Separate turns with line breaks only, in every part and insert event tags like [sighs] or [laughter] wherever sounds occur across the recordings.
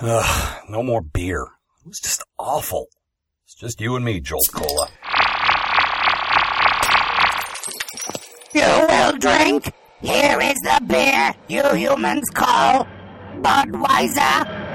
Ugh, no more beer. It was just awful. It's just you and me, Jolt Cola.
You will drink. Here is the beer you humans call Budweiser.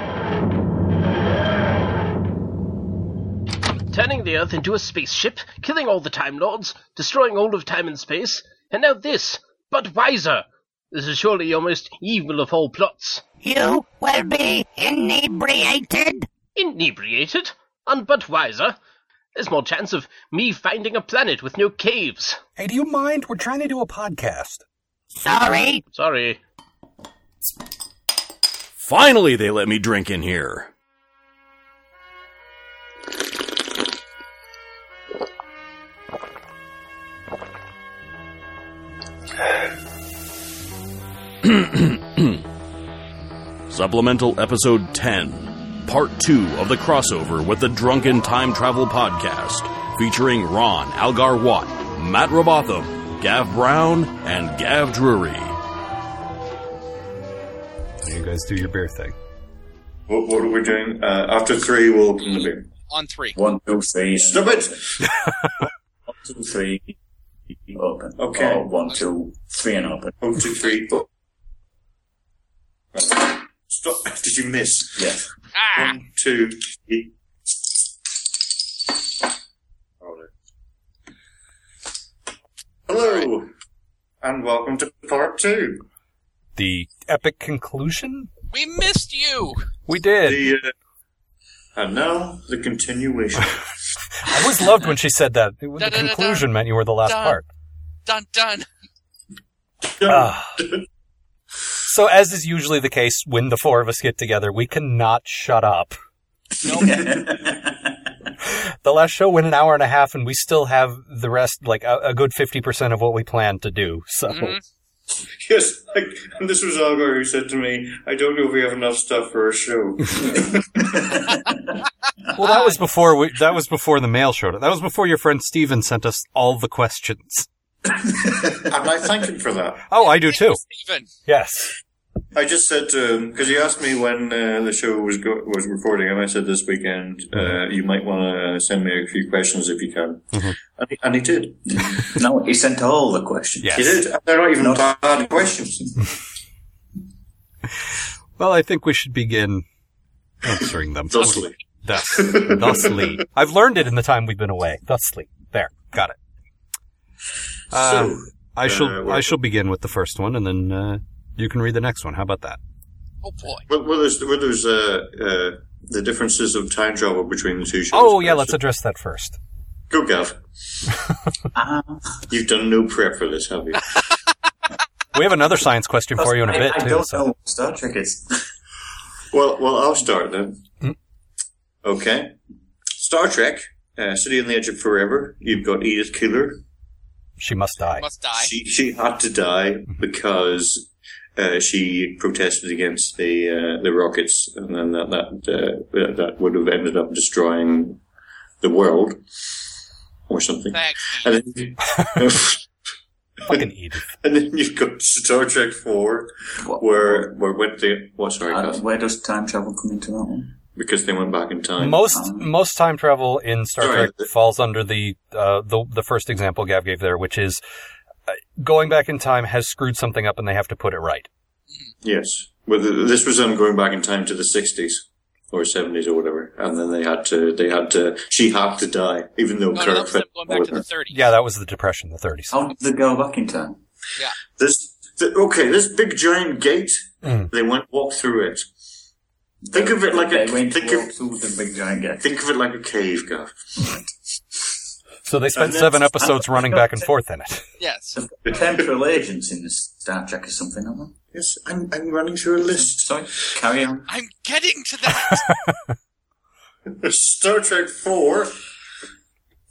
turning the Earth into a spaceship, killing all the Time Lords, destroying all of time and space, and now this, but wiser. This is surely your most evil of all plots.
You will be inebriated.
Inebriated? On Budweiser? There's more chance of me finding a planet with no caves.
Hey, do you mind? We're trying to do a podcast.
Sorry.
Sorry.
Finally, they let me drink in here. Supplemental Episode 10, Part 2 of the crossover with the Drunken Time Travel Podcast, featuring Ron Algar Watt, Matt Robotham, Gav Brown, and Gav Drury.
You guys do your beer thing.
What, what are we doing? Uh, after three, we'll open the beer.
on three.
One, two, three.
Stop it!
One, two, three. Open.
Okay.
Or one, two, three, and open.
One, two, three. Oh. Stop! Did you miss?
Yes.
Ah,
One, two, three. Hold it. Hello, and welcome to part two.
The epic conclusion?
we missed you.
We did.
The uh, and now the continuation. [laughs]
I always loved when she said that. It was- The
Da-da-da-da.
conclusion meant you were the last
Da.
part.
Dun dun.
Ah. So, as is usually the case when the four of us get together, we cannot shut up. The last show went an hour and a half, and we still have the rest, like a, a good 50% of what we planned to do. So,
yes, like, and this was Algar who said to me, "I don't know if we have enough stuff for a show."
well, that
Ah.
was before we, that was before the mail showed up. That was before your friend Steven sent us all the questions.
and I thank him for that.
Oh, I do too.
Steven.
Yes.
I just said to him because he asked me when uh, the show was go- was recording, and I said this weekend uh, you might want to send me a few questions if you can,
Mm-hmm.
and, he, and he did.
no, he sent all the questions.
He did. And They're not even bad questions.
Well, I think we should begin answering them.
Thusly.
Thus. Thusly. I've learned it in the time we've been away. Thusly. There. Got it. Um, I shall
we're-
I shall begin with the first one, and then uh, you can read the next one. How about that?
Oh boy.
What were those? What those? Uh, uh, the differences of time travel between the two shows.
Oh yeah, let's address that first.
go, Gav.
Ah,
Um,
You've done no prep for this,
[laughs]
have you?
We have another science question for you in a
I-
bit
I,
too.
don't
so-
know what Star Trek is.
Well, well, I'll start then.
Hmm?
Okay. Star Trek, uh, City on the Edge of Forever. You've got Edith Keeler.
She must die.
Must die.
She she had to die because uh, she protested against the uh, the rockets, and then that that uh, that would have ended up destroying the world or something.
Thanks.
And then,
Fucking Edith.
[laughs] and then you've got Star Trek Four, where where went they? What sorry,
Uh,
guys?
where does time travel come into that one?
because they went back in time.
Most most time travel in Star
Sorry.
Trek falls under the uh, the the first example Gav gave there, which is uh, going back in time has screwed something up and they have to put it right.
Yes. Well, th- this was them going back in time to the sixties or seventies or whatever, and then they had to. They had to. She had to die, even though
Oh, No, no,
Clara
that was them
Fett-
going back to the 30s.
Yeah, that was the Depression, the 30s.
How did they go back in time?
This th okay, this big giant gate.
Hmm.
They went walk through it. Think of it like
they
a
went
think
walk
of
through the big giant gate.
think of it like a cave, Gav.
So they spent
And that's-
seven episodes running back and forth in it. [laughs]
Yes.
Temporal agents in the Star Trek or something, aren't they?
Yes, I'm I'm running through a list.
Sorry, carry on.
I'm getting to that.
Star Trek Four.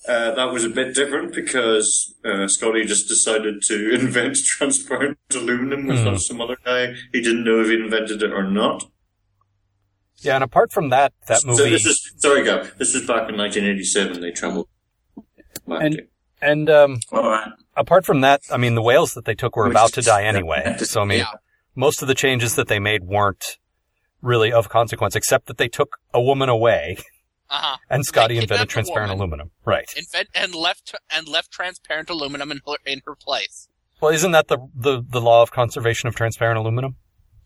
Uh, that was a bit different because uh, Scotty just decided to [laughs] invent transparent aluminum
Hmm.
with some other guy. He didn't know if he invented it or not.
Yeah, and apart from that, that
So
movie
this is sorry, Gav. This was back in 1987. They traveled. back
and
to-
and um,
All [laughs] right.
apart from that, I mean, the whales that they took were about to die anyway. So [laughs] I mean,
Yeah.
most of the changes that they made weren't really of consequence, except that they took a woman away [laughs]
Uh-huh.
and Scotty
They
invented
kidnapped a
transparent
woman.
aluminum. Right.
Invent and left and left transparent aluminum in her, in her place.
Well, isn't that the, the, the law of conservation of transparent aluminum?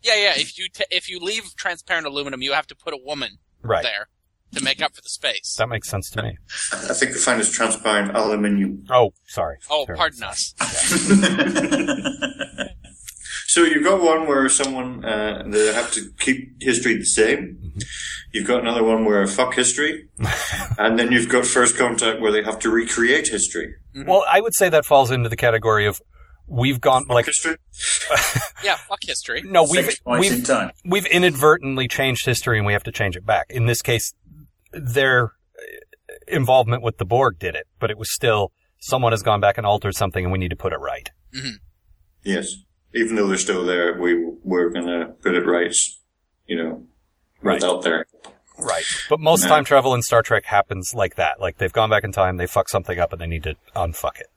Yeah, yeah. If you t- if you leave transparent aluminum, you have to put a woman
Right.
there to make up for the space.
That makes sense to me.
I think we found it's transparent aluminium.
Oh, sorry.
oh,
Sorry.
pardon us.
So you've got one where someone uh, they have to keep history the same.
Mm-hmm.
You've got another one where
[laughs]
fuck history, and then you've got first contact where they have to recreate history.
Well, I would say that falls into the category of we've gone like
History.
Yeah, fuck history.
no, we've
Six points in
we've
time.
we've inadvertently changed history and we have to change it back. In this case, their uh, involvement with the Borg did it, but it was still someone has gone back and altered something and we need to put it right.
Yes, even though they're still there, we we're gonna put it right. You know,
Right.
without there.
Right. But most
No.
time travel in Star Trek happens like that. Like they've gone back in time, they fuck something up and they need to unfuck it.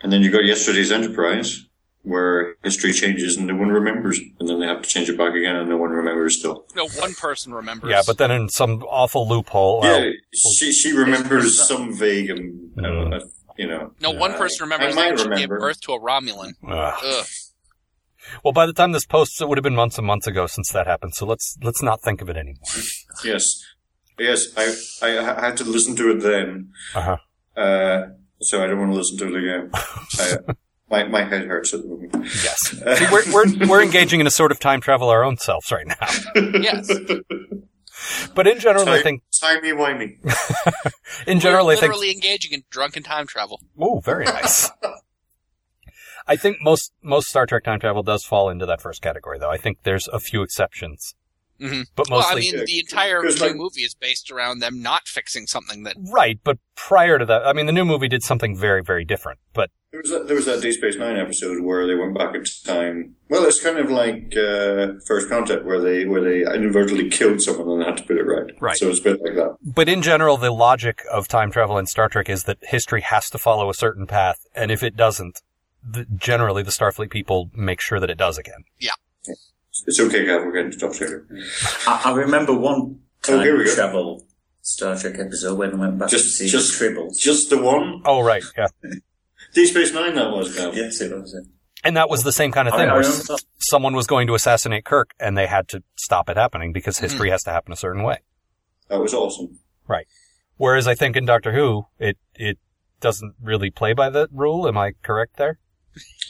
And then you've got yesterday's Enterprise, where history changes and no one remembers, and then they have to change it back again and no one remembers still.
No one person remembers.
Yeah, but then in some awful loophole, well,
yeah, she she remembers some vague, um, uh, you know.
no
uh,
one person
I
remembers that
might
she gave
remember.
birth to a Romulan.
oh, ugh.
Ugh.
well, by the time this posts, it would have been months and months ago since that happened. So let's let's not think of it anymore.
Yes, yes, I I ha- had to listen to it then,
Uh-huh.
uh, so I don't want to listen to it again.
[laughs]
I, my my head hurts at the moment.
Yes, [laughs] See, we're, we're we're engaging in a sort of time travel our own selves right now. [laughs]
Yes.
But in general, I think
Timey wimey.
[laughs] in general,
We're
I think
literally engaging in drunken time travel.
oh, very nice. I think most most Star Trek time travel does fall into that first category, though. I think there's a few exceptions,
hmm
but
Well, I
mostly
mean, the entire
Because,
new
like-
movie is based around them not fixing something that.
right. But prior to that, I mean, the new movie did something very very different. But
There was that, there was that Deep Space Nine episode where they went back in time. Well, it's kind of like uh, First Contact, where they where they inadvertently killed someone and had to put it right.
Right.
So it's a bit like that.
but in general, the logic of time travel in Star Trek is that history has to follow a certain path, and if it doesn't, the, generally the Starfleet people make sure that it does again.
It's okay, Gav. We're getting to top later.
I, I remember one
Oh,
time
here we go.
travel Star Trek episode when they went back to
Just
see
just
Tribbles.
Just the one
Oh, right, yeah.
Deep Space Nine that was Gav.
Yes, it was. uh, It.
And that was the same kind of
I,
thing.
I
where
remember that.
someone was going to assassinate Kirk and they had to stop it happening because history has to happen a certain way.
That was awesome.
Whereas I think in Doctor Who, it, it doesn't really play by that rule. Am I correct there?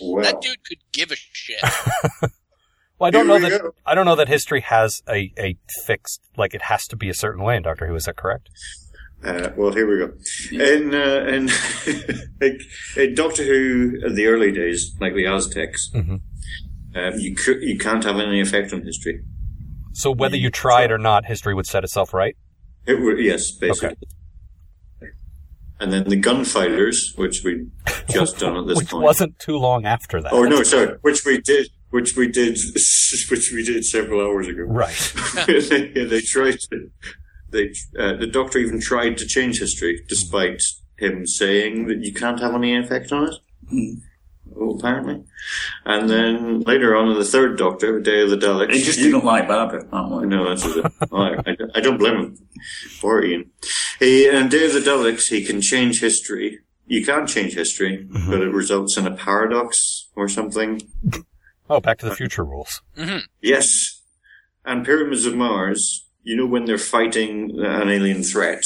Wow.
That dude could give
[laughs]
a shit.
Well, I don't
Here
know
we
that
go.
I don't know that history has a, a fixed like it has to be a certain way in Doctor Who. Is that correct?
Uh, well, here we go. In uh, in, [laughs] in, in Doctor Who, in the early days, like the Aztecs,
Mhm.
uh, you cou- you can't have any effect on history.
So whether you tried or not, history would set itself right.
It were, yes, basically. And then the gunfighters, which we
[laughs]
just done at this
Which
point.
wasn't too long after that.
oh no, sorry, which we did, which we did, [laughs] which we did several hours ago. [laughs]
Right.
they, they tried to. They uh, the doctor even tried to change history, despite him saying that you can't have any effect on it. Oh, apparently. And then later on in the third Doctor, Day of the Daleks,
They just
you-
didn't like Barbara, that one.
no, that's it. Oh, I, I, I don't blame him for Ian. He and Day of the Daleks, he can change history. You can't change history, but it results in a paradox or something.
Oh, Back to the Future rules.
Yes. And Pyramids of Mars, you know when they're fighting an alien threat.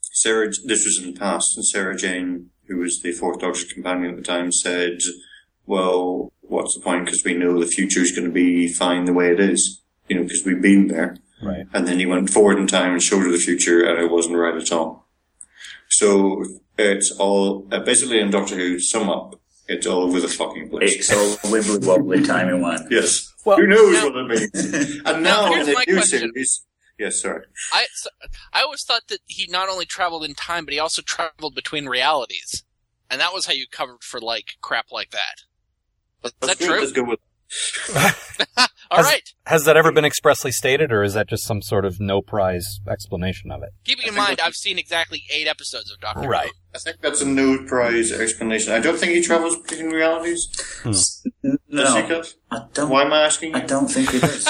Sarah, this was in the past, and Sarah Jane, who was the fourth Doctor's companion at the time, said, well, what's the point? Because we know the future is going to be fine the way it is, you know, because we've been there.
Right.
And then he went forward in time and showed her the future, and it wasn't right at all. So it's all, uh, basically in Doctor Who, sum up, it's all over the fucking place.
It's all wibbly wobbly timey wimey.
Yes.
Well-
Who knows what it means?
[laughs]
And now, in
here's
the
my
new
question.
series. Yes, sorry.
I, so- I always thought that he not only traveled in time, but he also traveled between realities, and that was how you covered for like crap like that.
Let's
that
go-
true?
Let's go with
All
Has-
right.
Has that ever been expressly stated, or is that just some sort of no prize explanation of it?
Keeping in mind, I've seen exactly eight episodes of Doctor Who.
Right.
I think that's a no prize explanation. I don't think he travels between realities.
Hmm.
No,
Does he, Gus?
I don't.
Why am I asking
I
you?
don't think it is.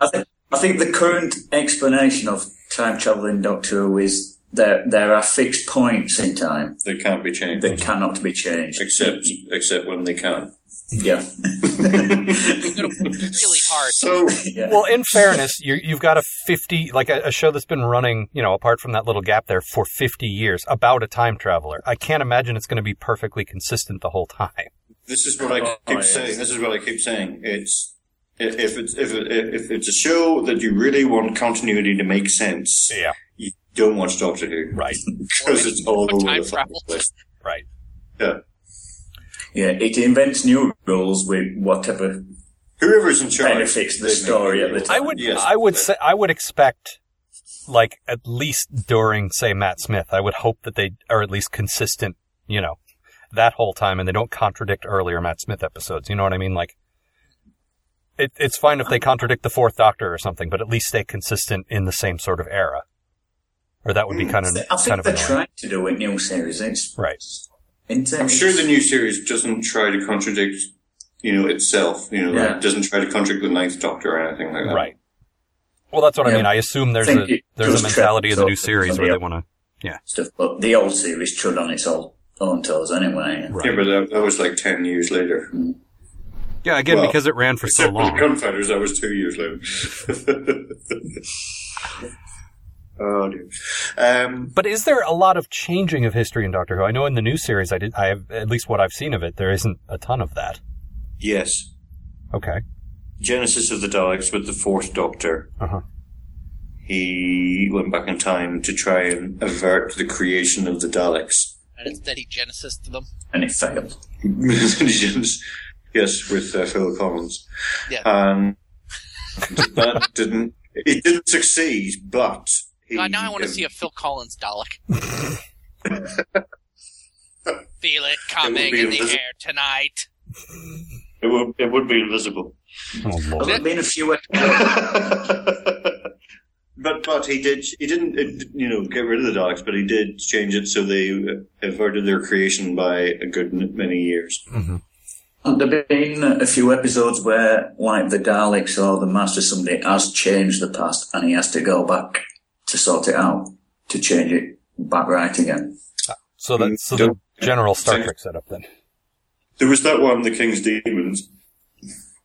I think, I think the current explanation of time travel in Doctor Who is there there are fixed points in time
They can't be changed.
that cannot be changed.
Except, except when they
[laughs]
can.
Yeah. [laughs]
We've got to work really hard.
So,
yeah.
Well, in fairness, you you've got a 50, like a, a show that's been running, you know, apart from that little gap there for 50 years about a time traveler. I can't imagine it's going to be perfectly consistent the whole time. [laughs]
This is what I
Oh,
keep
yes.
saying. This is what I keep saying. It's if if it's if, it, if it's a show that you really want continuity to make sense,
Yeah.
you don't watch Doctor Who, [laughs]
Right.
Because it's all
Or
over
time
the fucking
travel.
place.
Right.
Yeah.
yeah, it invents new rules with whatever.
Whoever's in charge
Benefits the
they make
story at the
it.
time.
I would,
Yes.
I would say, I would expect, like at least during, say, Matt Smith, I would hope that they are at least consistent, you know, that whole time, and they don't contradict earlier Matt Smith episodes. You know what I mean? Like, it, it's fine if they contradict the Fourth Doctor or something, but at least stay consistent in the same sort of era. Or that would be kind of
Hmm. I
kind
think
of
they're
annoying.
trying to do it new series. It's
right.
it's-
I'm sure the new series doesn't try to contradict, you know, itself. You know,
Yeah.
it doesn't try to contradict the Ninth Doctor or anything like that.
Right. Well, that's what I
uh, Yeah.
mean. I assume there's
Think
a
it
there's
just
a mentality of the
trips
new
up
series where
somebody
they
else.
want to.
stuff, but the old series trod on its own own toes anyway.
Right.
Yeah, but that, that was like ten years later.
Yeah, again,
Well,
because it ran for so
[laughs] Except for the
long.
Gunfighters, that was two years later. [laughs] oh dear. Um,
But is there a lot of changing of history in Doctor Who? I know in the new series, I did. I have at least what I've seen of it. There isn't a ton of that.
yes,
Okay.
Genesis of the Daleks with the Fourth Doctor.
Uh-huh.
He went back in time to try and avert the creation of the Daleks.
And instead, he genesis to them.
And it failed.
yes, with uh, Phil Collins.
Yeah.
Um, that didn't. It didn't succeed, but. He,
God, now I want to see a Phil
[laughs]
Collins Dalek. Feel it coming
be
in the
invisible.
air tonight.
It would, it would be
[laughs]
invisible.
Oh
Well,
lord.
there've been a few
but but he did he didn't uh, you know get rid of the Daleks, but he did change it so they uh, averted their creation by a good n- many years.
there've been a few episodes where like the Daleks or the Master somebody has changed the past and he has to go back to sort it out to change it back right again.
So that's so the general Star Trek setup then.
There was that one, the King's Demons,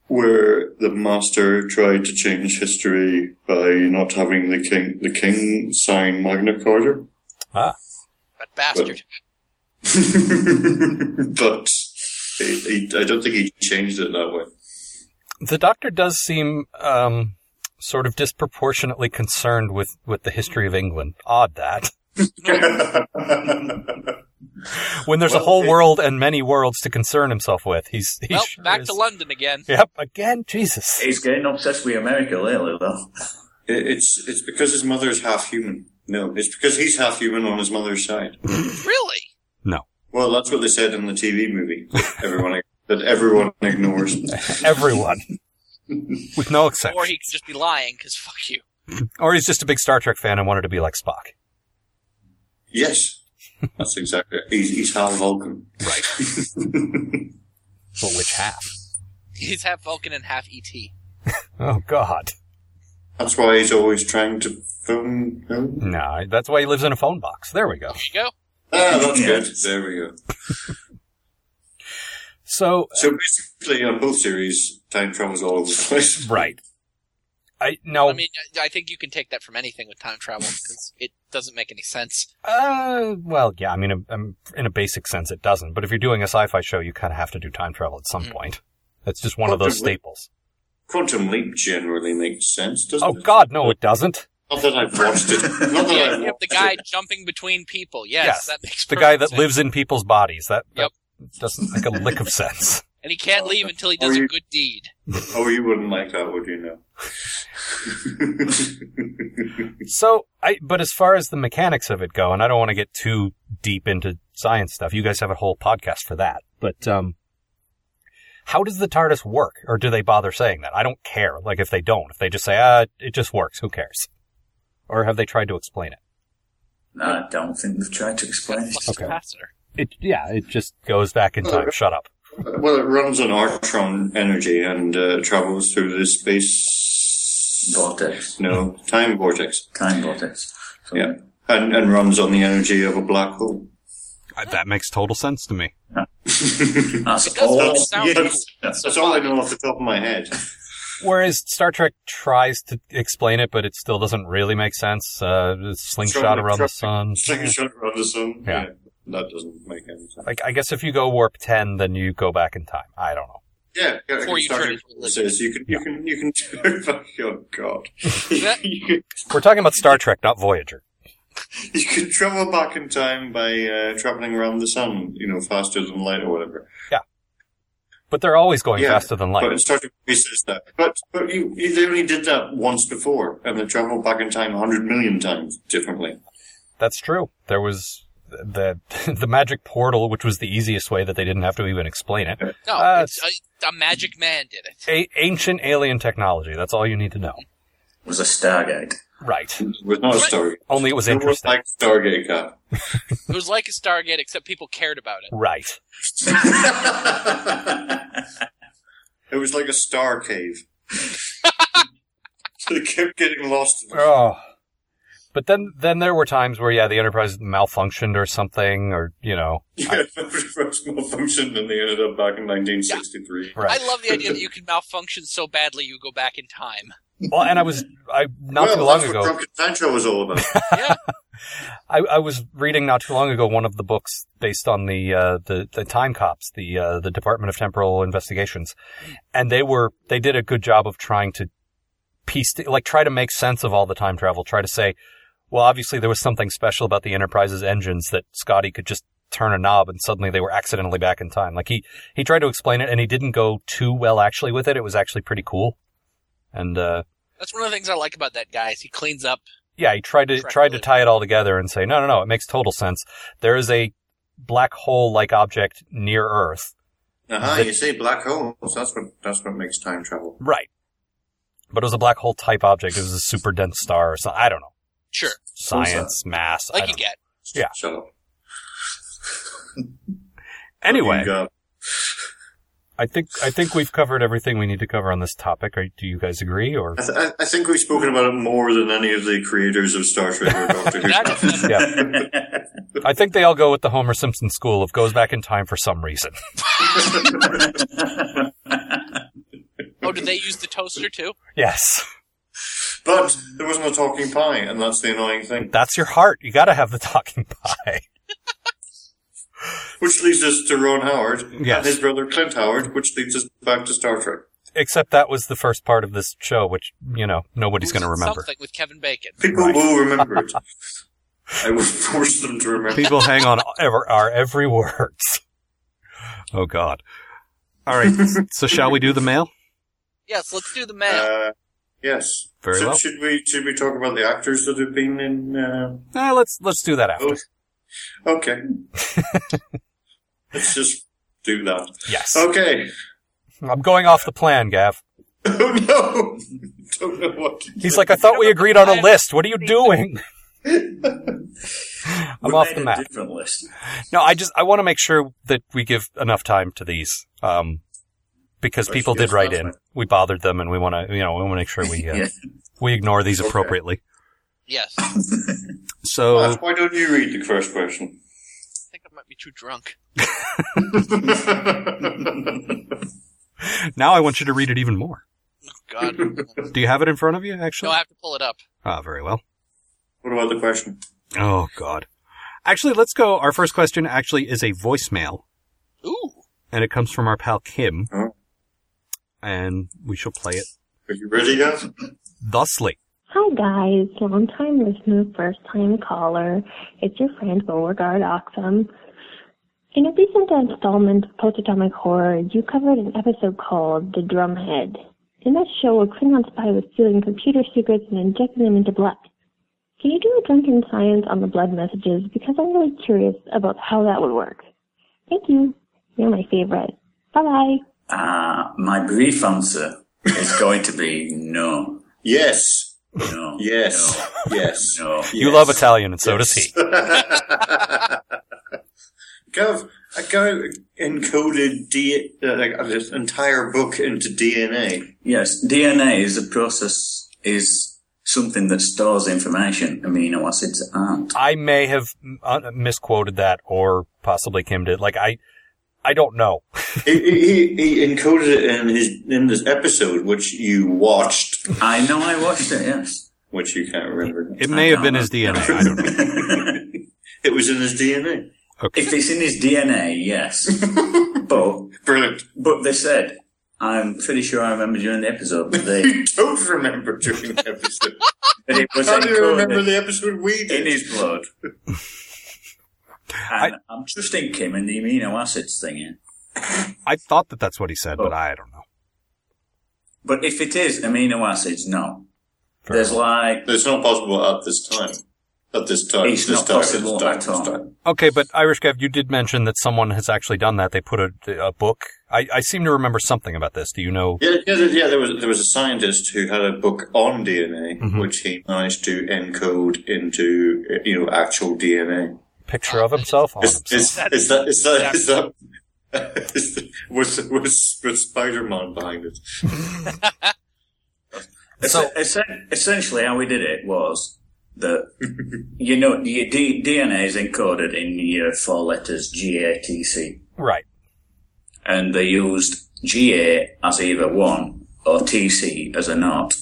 where the Master tried to change history by not having the king the king sign Magna Carta,
Ah,
But bastard.
but. He, he, I don't think he changed it that way.
the Doctor does seem um, sort of disproportionately concerned with with the history of England. Odd that when there's a
Well,
whole
it-
world and many worlds to concern himself with, he's [laughs] he
well,
sure
back
is-
to
[laughs]
London again.
Yep, again, Jesus.
He's getting obsessed with America lately though.
It- It's it's because his mother's half human. No, it's because he's half human on his mother's side.
Really?
Well, that's what they said in the TV movie. Everyone that everyone ignores.
Everyone, with no exception,
Or he could just be lying because fuck you.
or he's just a big Star Trek fan and wanted to be like Spock.
Yes, that's exactly. It. He's, he's half Vulcan.
But which half?
He's half Vulcan and half E ET.
Oh God.
That's why he's always trying to phone.
Hmm.
home.
No, that's why he lives in a phone box. There we go.
There you go.
Ah, that's
Yeah.
good. There we go.
So,
So basically, on both series, time travels all over the place.
right. I no.
I mean, I- I think you can take that from anything with time travel because it doesn't make any sense.
uh, well, yeah. I mean, um, um, in a basic sense, it doesn't. But if you're doing a sci-fi show, you kind of have to do time travel at some
Mm.
point. That's just one of
Well,
those
the-
staples.
Quantum Leap generally makes sense, doesn't
Oh
it?
God, no, it doesn't.
Not that I've watched
[laughs]
it. Not that
Yeah,
I've
you have the
watched
guy
it.
jumping between people. Yes,
Yes,
that makes
The guy
perfect
that
sense.
lives in people's bodies. That, that
Yep.
doesn't make a lick of sense.
and he can't leave until he does
Or
a
you-
good deed.
Oh, you wouldn't like that, would you?
[laughs]
No.
So, I but as far as the mechanics of it go, and I don't want to get too deep into science stuff. You guys have a whole podcast for that. But um, how does the TARDIS work, or do they bother saying that? I don't care. Like if they don't, if they just say, "Ah, it just works," who cares? Or have they tried to explain it?
No, I don't think they've tried to explain it.
Flux
Okay.
capacitor.
It yeah, it just goes back in time. Shut up.
Well, it runs on Artron energy and uh, travels through the space
vortex,
No, time vortex.
time vortex. So,
Yeah. And, and runs on the energy of a black hole.
I, that makes total sense to me.
That's
It
Oh,
does
all.
make sound
yes.
cool.
That's all I know off the top of
[laughs]
my head.
Whereas Star Trek tries to explain it, but it still doesn't really make sense. Uh, the slingshot around the sun.
Slingshot around the sun.
Yeah.
That doesn't make any sense.
Like, I guess if you go warp 10, then you go back in time. I don't know.
Yeah, yeah,
Before you
Star
turn
Trek
into a lizard.
says you can, you
Yeah.
can, [laughs] you can turn back. Oh
[laughs]
God, [laughs] you, can,
We're talking about Star Trek, not Voyager.
you can travel back in time by uh, traveling around the sun, you know, faster than light or whatever.
But they're always going faster than
But
light.
in Star Trek, he says that. But but you, you, they only did that once before, and they traveled back in time hundred million times differently.
That's true. There was the [laughs] the magic portal, which was the easiest way that they didn't have to even explain it.
No,
Uh,
it's, a, a magic man did it.
A- ancient alien technology. That's all you need to know.
was
[laughs]
a Stargate.
Right.
It was not a
Right.
story.
Only it was
It was
interesting.
like Stargate Cat.
It was like a Stargate, except people cared about it.
Right.
It was like a star cave. so they kept
[laughs]
getting lost. in it.
Oh. But then, then there were times where, yeah, the Enterprise malfunctioned or something, or you know,
[laughs] Yeah, first malfunctioned and they ended up back in 1963.
right.
I love the idea that you can malfunction so badly you go back in time.
well, and I was, I not
well,
too long
that's
ago,
what Drunken Tantra was all
[laughs]
about.
Yeah,
I, I was reading not too long ago one of the books based on the uh, the, the time cops, the uh, the Department of Temporal Investigations, and they were they did a good job of trying to piece t- like try to make sense of all the time travel, try to say, well, obviously there was something special about the Enterprise's engines that Scotty could just turn a knob and suddenly they were accidentally back in time. Like he he tried to explain it and he didn't go too well actually with it. It was actually pretty cool, and uh,
that's one of the things I like about that guy. Is he cleans up.
yeah, he tried to
Correctly.
tried to tie it all together and say, no, no, no, it makes total sense. There is a black hole like object near Earth,
Aha, Uh-huh, you see, black holes. That's what that's what makes time travel.
right? But it was a black hole type object. It was a super dense star or something. I don't know.
Sure,
Science, mass. I
like you
don't know.
get.
Yeah.
Shut up.
Anyway,
You got-
I think I think we've covered everything we need to cover on this topic. Are, do you guys agree? Or
I, th- I- I think we've spoken about it more than any of the creators of Star Trek or
[laughs]
Doctor Who.
That is never-
I think they all go with the Homer Simpson school of goes back in time for some reason. [laughs]
oh, did they use the toaster too?
yes,
But there was no talking pie, and that's the annoying thing.
that's your heart. You got to have the talking pie.
Which leads us to Ron Howard
Yes.
and his brother Clint Howard, which leads us back to Star Trek.
Except that was the first part of this show, which you know nobody's going to remember.
Something with Kevin Bacon.
People
Right.
will remember it. I will force them to
[laughs]
remember.
People hang on ever our every words. Oh God! All
[laughs]
right. so shall we do the mail?
Yes, let's do the mail.
Uh, yes.
Very
should,
well.
should we should we talk about the actors that have been in? Uh,
Eh, let's let's do that after.
both? okay.
[laughs]
Let's just do that.
Yes.
Okay. [laughs]
I'm going off the plan, Gav.
Oh no! Don't know what. to
He's
do.
like, I thought we agreed on a list. What are you
[laughs]
doing? I'm
We
off
made
the
a
map.
Different list.
No, I just I want to make sure that we give enough time to these, um, because people did write in. We bothered them, and we want to, you know, we want to make sure
[laughs]
we uh,
Yeah.
we ignore these
Okay.
appropriately.
yes, I
So
Ash, why don't you read the first question? [laughs]
think I might be too drunk.
now I want you to read it even more.
Oh,
[laughs]
God, no,
Do you have it in front of you? Actually,
I have to pull it up.
ah, very well.
what about the question?
Oh God. Actually, let's go. Our first question actually is a voicemail,
Ooh,
and it comes from our pal Kim,
Oh.
and we shall play it
Are you ready, guys?
thusly.
Hi guys, long time listener, first time caller. It's your friend Beauregard Oxum. In a recent installment of Post-Atomic Horror, you covered an episode called The Drumhead. In that show, a Klingon spy was stealing computer secrets and injecting them into blood. Can you do a drunken science on the blood messages? Because I'm really curious about how that would work. Thank you. You're my favorite. Bye bye.
Uh, my brief answer is going to be no,
Yes.
no,
Yes. Yes.
no.
You love Italian, and so does he.
Gov, a guy encoded D, uh, like, uh, this entire book into DNA.
Yes, DNA is a process is something that stores information. Amino acids aren't.
I may have uh, misquoted that, or possibly Kim did. Like I, I don't know.
He, he, he encoded it in his in this episode, which you watched,
I know I watched it, yes.
which you can't remember.
It may have been his DNA. I don't know.
[laughs] It was in his DNA.
Okay.
If it's in his DNA, yes. but
Brilliant.
but they said, I'm pretty sure I remember during the episode, but they
You don't remember during the episode.
but it was
[laughs] How do you remember
encoded
the episode we
in
did?
his blood. And I, am trusting Kim and the amino acids thing. Here.
I thought that that's what he said, but I don't know.
But if it is amino acids, no.
Fair
There's like
It's not possible at this time. At this time.
It's
this
not
time,
possible
this time,
at
this
all.
time.
Okay, but Irish Gav, you did mention that someone has actually done that. They put a, a book. I, I seem to remember something about this. Do you know?
Yeah, yeah, there, yeah, there was there was a scientist who had a book on DNA,
Mhm.
which he managed to encode into uh, you know actual DNA.
Picture of himself Um, on
Is,
himself.
is, is that is that is that is that- was was was Spider Man behind it?
So-
es- es- essentially how we did it was
[laughs]
that you know your D- DNA is encoded in your four letters G A T C,
Right.
and they used G A as either one or T C as a not,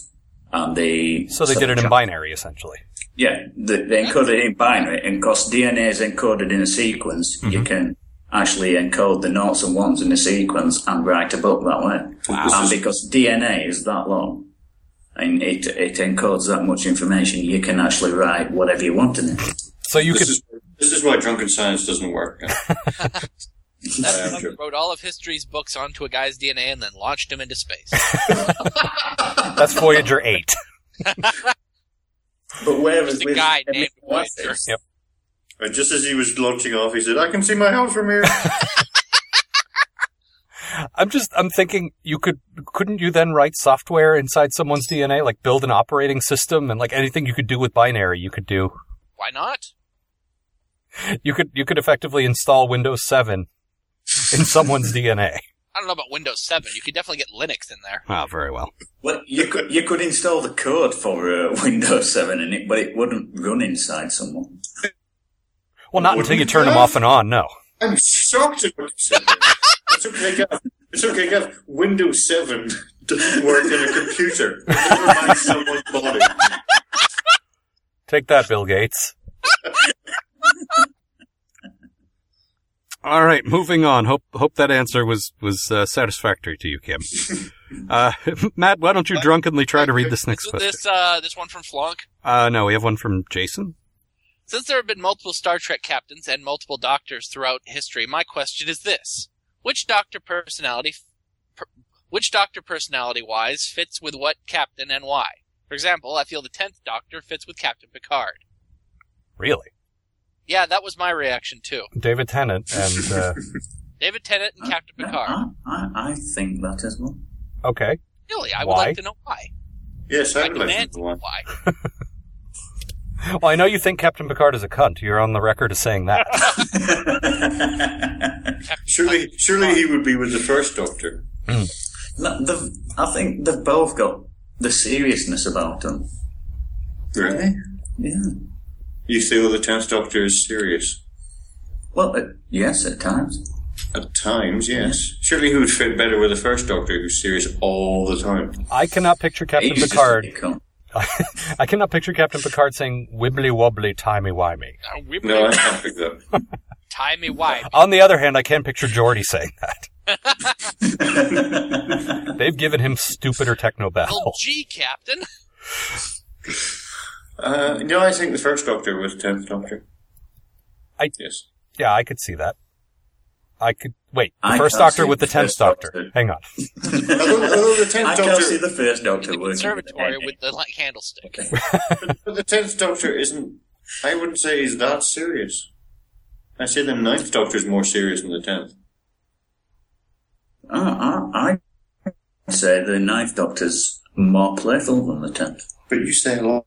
and they
So they did it in binary, essentially.
Yeah, they, they encode it in binary, and because DNA is encoded in a sequence, you can actually encode the noughts and ones in a sequence and write a book that way. And because DNA is that long, and it it encodes that much information, you can actually write whatever you want in it.
So you
This
could.
is this is why drunken science doesn't work.
That
am
fuck
sure.
wrote all of history's books onto a guy's DNA and then launched him
[laughs]
into space.
That's Voyager Eight. [laughs]
But whereas
Just a
with
guy named
amino acids,
Voyager.
Yep.
And just as he was launching off, he said, "I can see my house from here."
I'm just. I'm thinking you could. Couldn't you then write software inside someone's DNA, like build an operating system and like anything you could do with binary, you could do.
Why not?
You could. You could effectively install Windows Seven in someone's DNA.
I don't know about Windows 7. You could definitely get Linux in there.
Ah, very well.
Well, you could you could install the code for uh, [laughs] Windows Seven, and it but it wouldn't run inside someone.
Well, not until you turn them off and on. No.
I'm shocked at what you said. there. it's okay, Gav. It's okay, Gav. Windows Seven doesn't work in a computer. Never mind someone's body.
Take that, Bill Gates. [laughs] All right, moving on. Hope hope that answer was was uh, satisfactory to you, Kim. Uh, [laughs] Matt, why don't you drunkenly try to read this next
So
question?
this uh, this one from Flonk.
Uh, no, we have one from Jason.
Since there have been multiple Star Trek captains and multiple doctors throughout history, my question is this: Which doctor personality, per, which doctor personality wise fits with what captain and why? For example, I feel the tenth Doctor fits with Captain Picard.
Really,
Yeah, that was my reaction too.
David Tennant and uh,
David Tennant and Captain
No,
Picard.
I, I, I think that as well. [laughs]
okay,
Really, I would
Why?
like to know why.
Yes,
I
I would like
demand
to know why.
why.
well, I know you think Captain Picard is a cunt. You're on the record as saying that.
Surely, surely he would be with the first Doctor.
No, they've- I think they've both got the seriousness about them.
Really?
Yeah.
You feel the tenth Doctor is serious
Well, uh, yes, at times.
at times? Yes. Surely he would fit better with the first Doctor, who's serious all the time.
I cannot picture Captain
[laughs] He's just a
Picard. [laughs]
dick on.
I cannot picture Captain Picard saying "wibbly wobbly, timey wimey."
Uh, we
No, I can't pick that.
Tie
[laughs]
me wide.
On the other hand, I can picture Geordi saying
[laughs]
that. They've given him stupider techno
Well,
babble.
gee, Captain.
Uh, no, I think the first Doctor was the tenth Doctor.
I-
yes.
Yeah, I could see that. I could wait. The
I
first
can't
Doctor
see
with the
the
tenth
first
Doctor.
Doctor.
Hang
[laughs]
on.
although, although the
I
tenth
can't
Doctor,
see the first Doctor
[laughs] The
working.
conservatory with the like handlestick.
but the tenth Doctor isn't. I wouldn't say he's that serious. I say the ninth Doctor is more serious than the tenth.
Uh, I, I'd say the Ninth Doctor's more playful than the Tenth.
But you say a lot.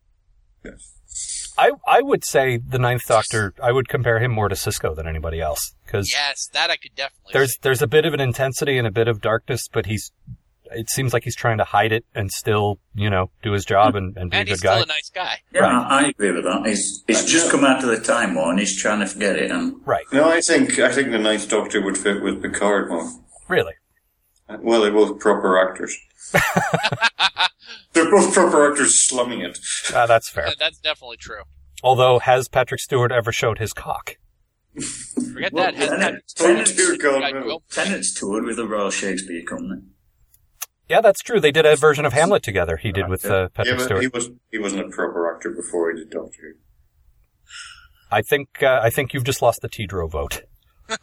I I would say the ninth Doctor. I would compare him more to Cisco than anybody else because
Yes, that I could definitely.
there's
see.
there's a bit of an intensity and a bit of darkness, but he's it seems like he's trying to hide it and still, you know, do his job and, and be
and
a
he's
good
still
guy.
a nice guy.
Yeah,
Right.
I agree with that. He's he's just come out of the Time War and he's trying to forget it. And
right.
No, I think I think the Ninth Doctor would fit with Picard more.
Really.
Well, they're both proper [laughs] actors. they're both proper actors slumming [laughs] it.
Ah, that's
[laughs]
fair.
That- That's definitely true.
Although, has Patrick Stewart ever showed his cock?
Forget
Well,
that. Has
[laughs]
then
Patrick
it's
Stewart
totally
said,
gone
"God,
now."
go
Tennant's toured with the Royal Shakespeare Company. [laughs]
Yeah, that's true. They did a version of Hamlet together. He did with uh,
yeah,
Patrick
but he
Stewart.
was he wasn't a proper actor before he did Doctor
I think uh, I think you've just lost the Tidro
[laughs]
vote. and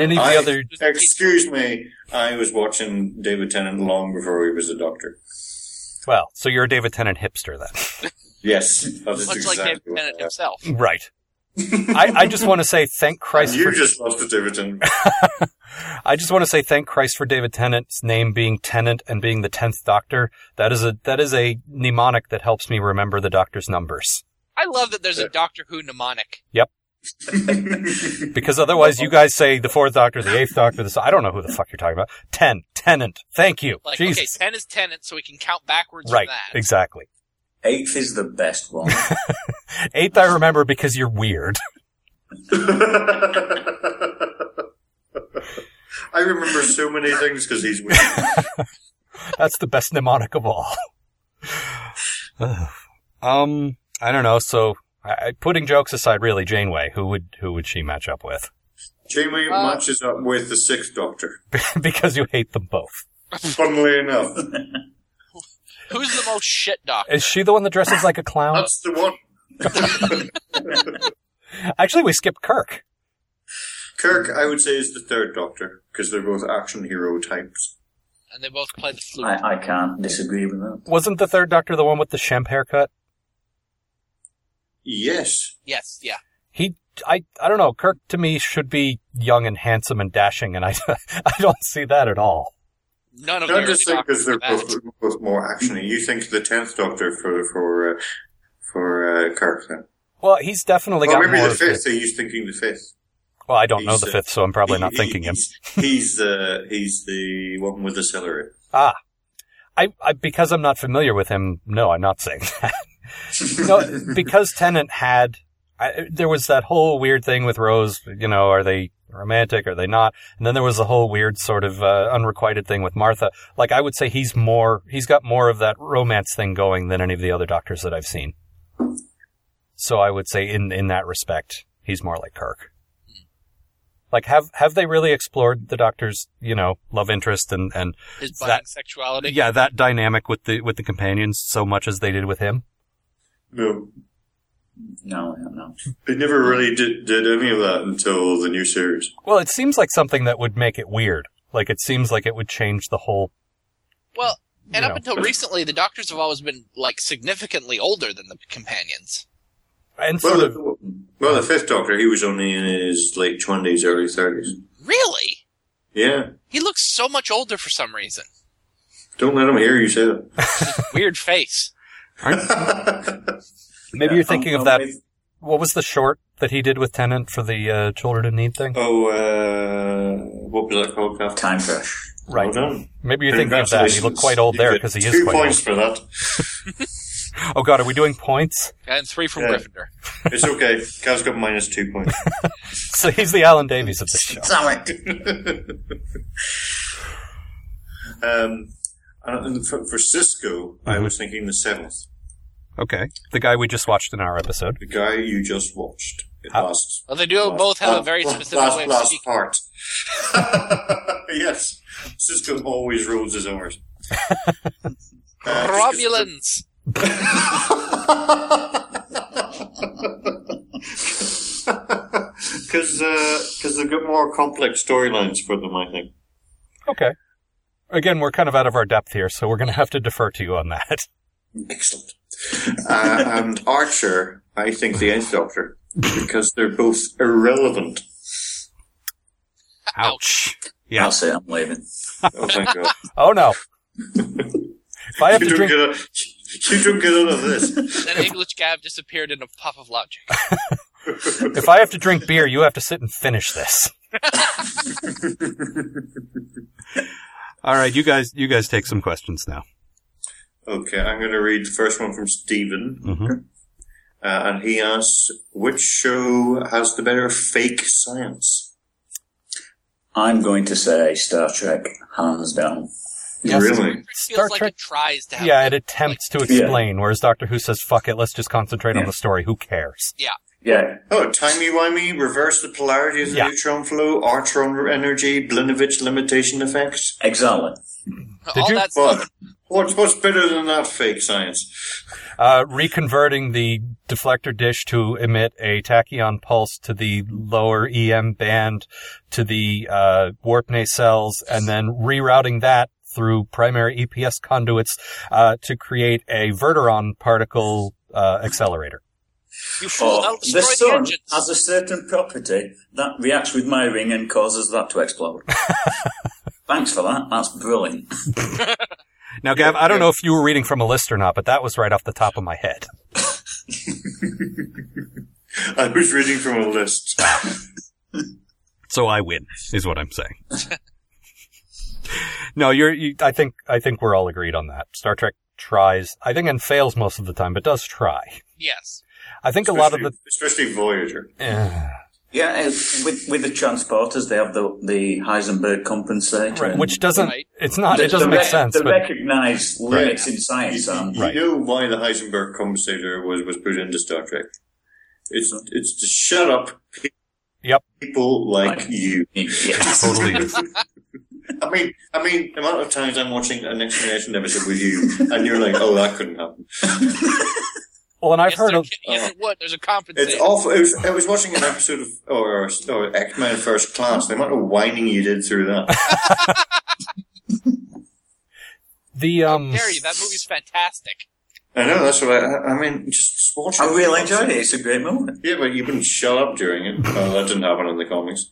any of the
I-
other
Who. Excuse me, I was watching David Tennant long before he was a doctor.
well, so you're a David Tennant hipster then, [laughs]
Yes, that is
Much
exactly
like David
what
Tennant
I am.
himself.
right? I, I just want to say thank Christ.
You
For,
just lost the David Tennant.
I just want to say thank Christ for David Tennant's name being Tennant and being the tenth Doctor. That is a that is a mnemonic that helps me remember the Doctor's numbers.
I love that there's a Doctor Who mnemonic.
Because otherwise, you guys say the fourth Doctor, the eighth Doctor. This I don't know who the fuck you're talking about. Ten, Tennant. Thank you,
Like, okay,
Jesus.
10 is tenant, so we can count backwards
right,
from that.
exactly.
Eighth is the best one.
Eighth, I remember because you're weird.
[laughs]
[laughs]
I remember so many things because he's weird.
That's the best mnemonic of all. [sighs] um, I don't know. So, I, I- putting jokes aside, really, Janeway, who would who would she match up with? [laughs]
Jamie
Uh,
matches up with the Sixth Doctor.
because you hate them both.
Funnily enough,
Who's the most shit doctor?
Is she the one that dresses like a clown?
that's the one.
Actually, we skipped Kirk.
Kirk, I would say, is the Third Doctor because they're both action hero types.
And they both play the flute.
I, I can't disagree with that.
Wasn't the third Doctor the one with the shemp haircut?
Yes,
yes, yeah.
He, I, I don't know. Kirk to me should be young and handsome and dashing, and I, [laughs] I don't see that at all.
None of the
I'm
early
just saying
doctors
because they're
were that.
both, both more actiony. You think the Tenth Doctor for for uh, for uh, Kirk then?
Well, he's definitely
Well,
got
maybe
more.
the
of the-
Fifth. Are you thinking the Fifth?
well, I don't know
he's,
the
uh,
fifth, so I'm probably
He-
not
he-
thinking him.
He's, he's the he's the one with the celery.
Ah, I, I because I'm not familiar with him. No, I'm not saying [laughs] that. no, because Tennant had I, there was that whole weird thing with Rose. You know, are they romantic? Are they not? And then there was the whole weird sort of uh, unrequited thing with Martha. Like I would say he's more he's got more of that romance thing going than any of the other doctors that I've seen. So I would say in in that respect, he's more like Kirk. Like have have they really explored the doctor's, you know, love interest and and
His
that-
budding sexuality.
yeah, that dynamic with the with the companions so much as they did with him.
No,
No, no.
they never really did, did any of that until the new series.
Well, it seems like something that would make it weird. Like it seems like it would change the whole.
Well, and
Yeah.
up until recently, the doctors have always been, like, significantly older than the companions.
And sort
Well,
of,
the, well, the Fifth Doctor, he was only in his late twenties, early thirties.
Really?
Yeah,
He looks so much older for some reason.
don't let him hear you say [laughs] that.
Weird face.
maybe
Yeah,
you're thinking
I'm-
of
I'm
that.
with-
What was the short that he did with Tennant for the uh, Children in Need thing?
oh, uh, what was that called? Captain?
Time Fresh.
right.
Well done.
Maybe you're thinking of that. He looked quite old
You
there
get
because he is
two
quite
points for that.
old. Oh God, are we doing points? [laughs]
And three from
Yeah.
Gryffindor.
It's okay. Cal's got minus two
[laughs]
points.
So he's the Alan Davies of this show.
Sorry.
[laughs] Um, and and for, for Cisco, I was thinking the seventh,
Okay, the guy we just watched in our episode.
the guy you just watched. It
How-
last,
Well, they do both have a very
last-
specific
last,
way of
last
speaking.
part. [laughs] yes, Cisco always rolls his R's. Uh, just [laughs] 'cause-
Romulans!
Because because uh, they've got more complex storylines for them, I think.
Okay. Again, we're kind of out of our depth here, so we're going to have to defer to you on that. [laughs]
Excellent. Uh, and Archer, I think the Eighth Doctor, because they're both irrelevant.
Ouch. Yeah.
I'll say I'm leaving.
Oh, thank God.
Oh no. if I have
You
to
don't,
drink,
get out, [laughs] you don't get out of this.
That English Gab
[laughs]
disappeared in a puff of logic.
if I have to drink beer, you have to sit and finish this. [laughs] All right, you guys, you guys take some questions now.
Okay, I'm going to read the first one from Stephen.
Mhm.
Uh, and he asks, which show has the better fake science?
I'm going to say Star Trek, hands down.
really?
feels
Star
like
Trek-
it tries to have
Yeah, it attempts to
Yeah.
explain, whereas Doctor Who says, "Fuck it, let's just concentrate on
Yeah.
the story. Who cares?"
Yeah,
Oh, timey-wimey, reverse the polarity of the
Yeah.
neutron flow, Artron energy, Blinovich limitation effects.
exactly.
Did
all
you?
that
What?
stuff.
What's, what's better than that fake science?
Uh, reconverting the deflector dish to emit a tachyon pulse to the lower EM band to the uh, warp nacelles, and then rerouting that through primary EPS conduits uh, to create a verteron particle uh, accelerator.
You fool,
Or
that'll
the
destroy the,
sun
engines.
has a certain property that reacts with my ring and causes that to
[laughs]
explode. Thanks for that. That's brilliant.
Now, Gav, I don't know if you were reading from a list or not, but that was right off the top of my head.
I was reading from a list.
So I win, is what I'm saying. [laughs] no, you're. You, I think. I think we're all agreed on that. Star Trek tries, I think, and fails most of the time, but does try.
Yes.
I think a lot of the.
Especially Voyager.
eh,
Yeah, it's- with with the transporters, they have the the Heisenberg compensator,
right, which doesn't.
Right.
It's not.
The-
It doesn't
the
make
rec-
sense.
The
But
recognised limits in science. um,
You know why the Heisenberg compensator was, was put into Star Trek? It's it's to shut up pe-
Yep.
people like
Right.
you.
Yes.
totally
[laughs]
is.
I mean, I mean, the amount of times I'm watching an explanation episode with you, and you're like, "Oh, that couldn't happen."
Well, and I've
yes,
heard
there
of.
ca- yes, it would. There's a
It's
compensator.
awful. It was, I was watching an episode of or, or X Men First Class. The amount of whining you did through that.
The um,
Dare you? That movie's fantastic.
I know that's what I. I mean, just, just watch it.
I really enjoyed it. It's a great moment.
Yeah, but you wouldn't shut up during it. Oh, that didn't happen in the comics.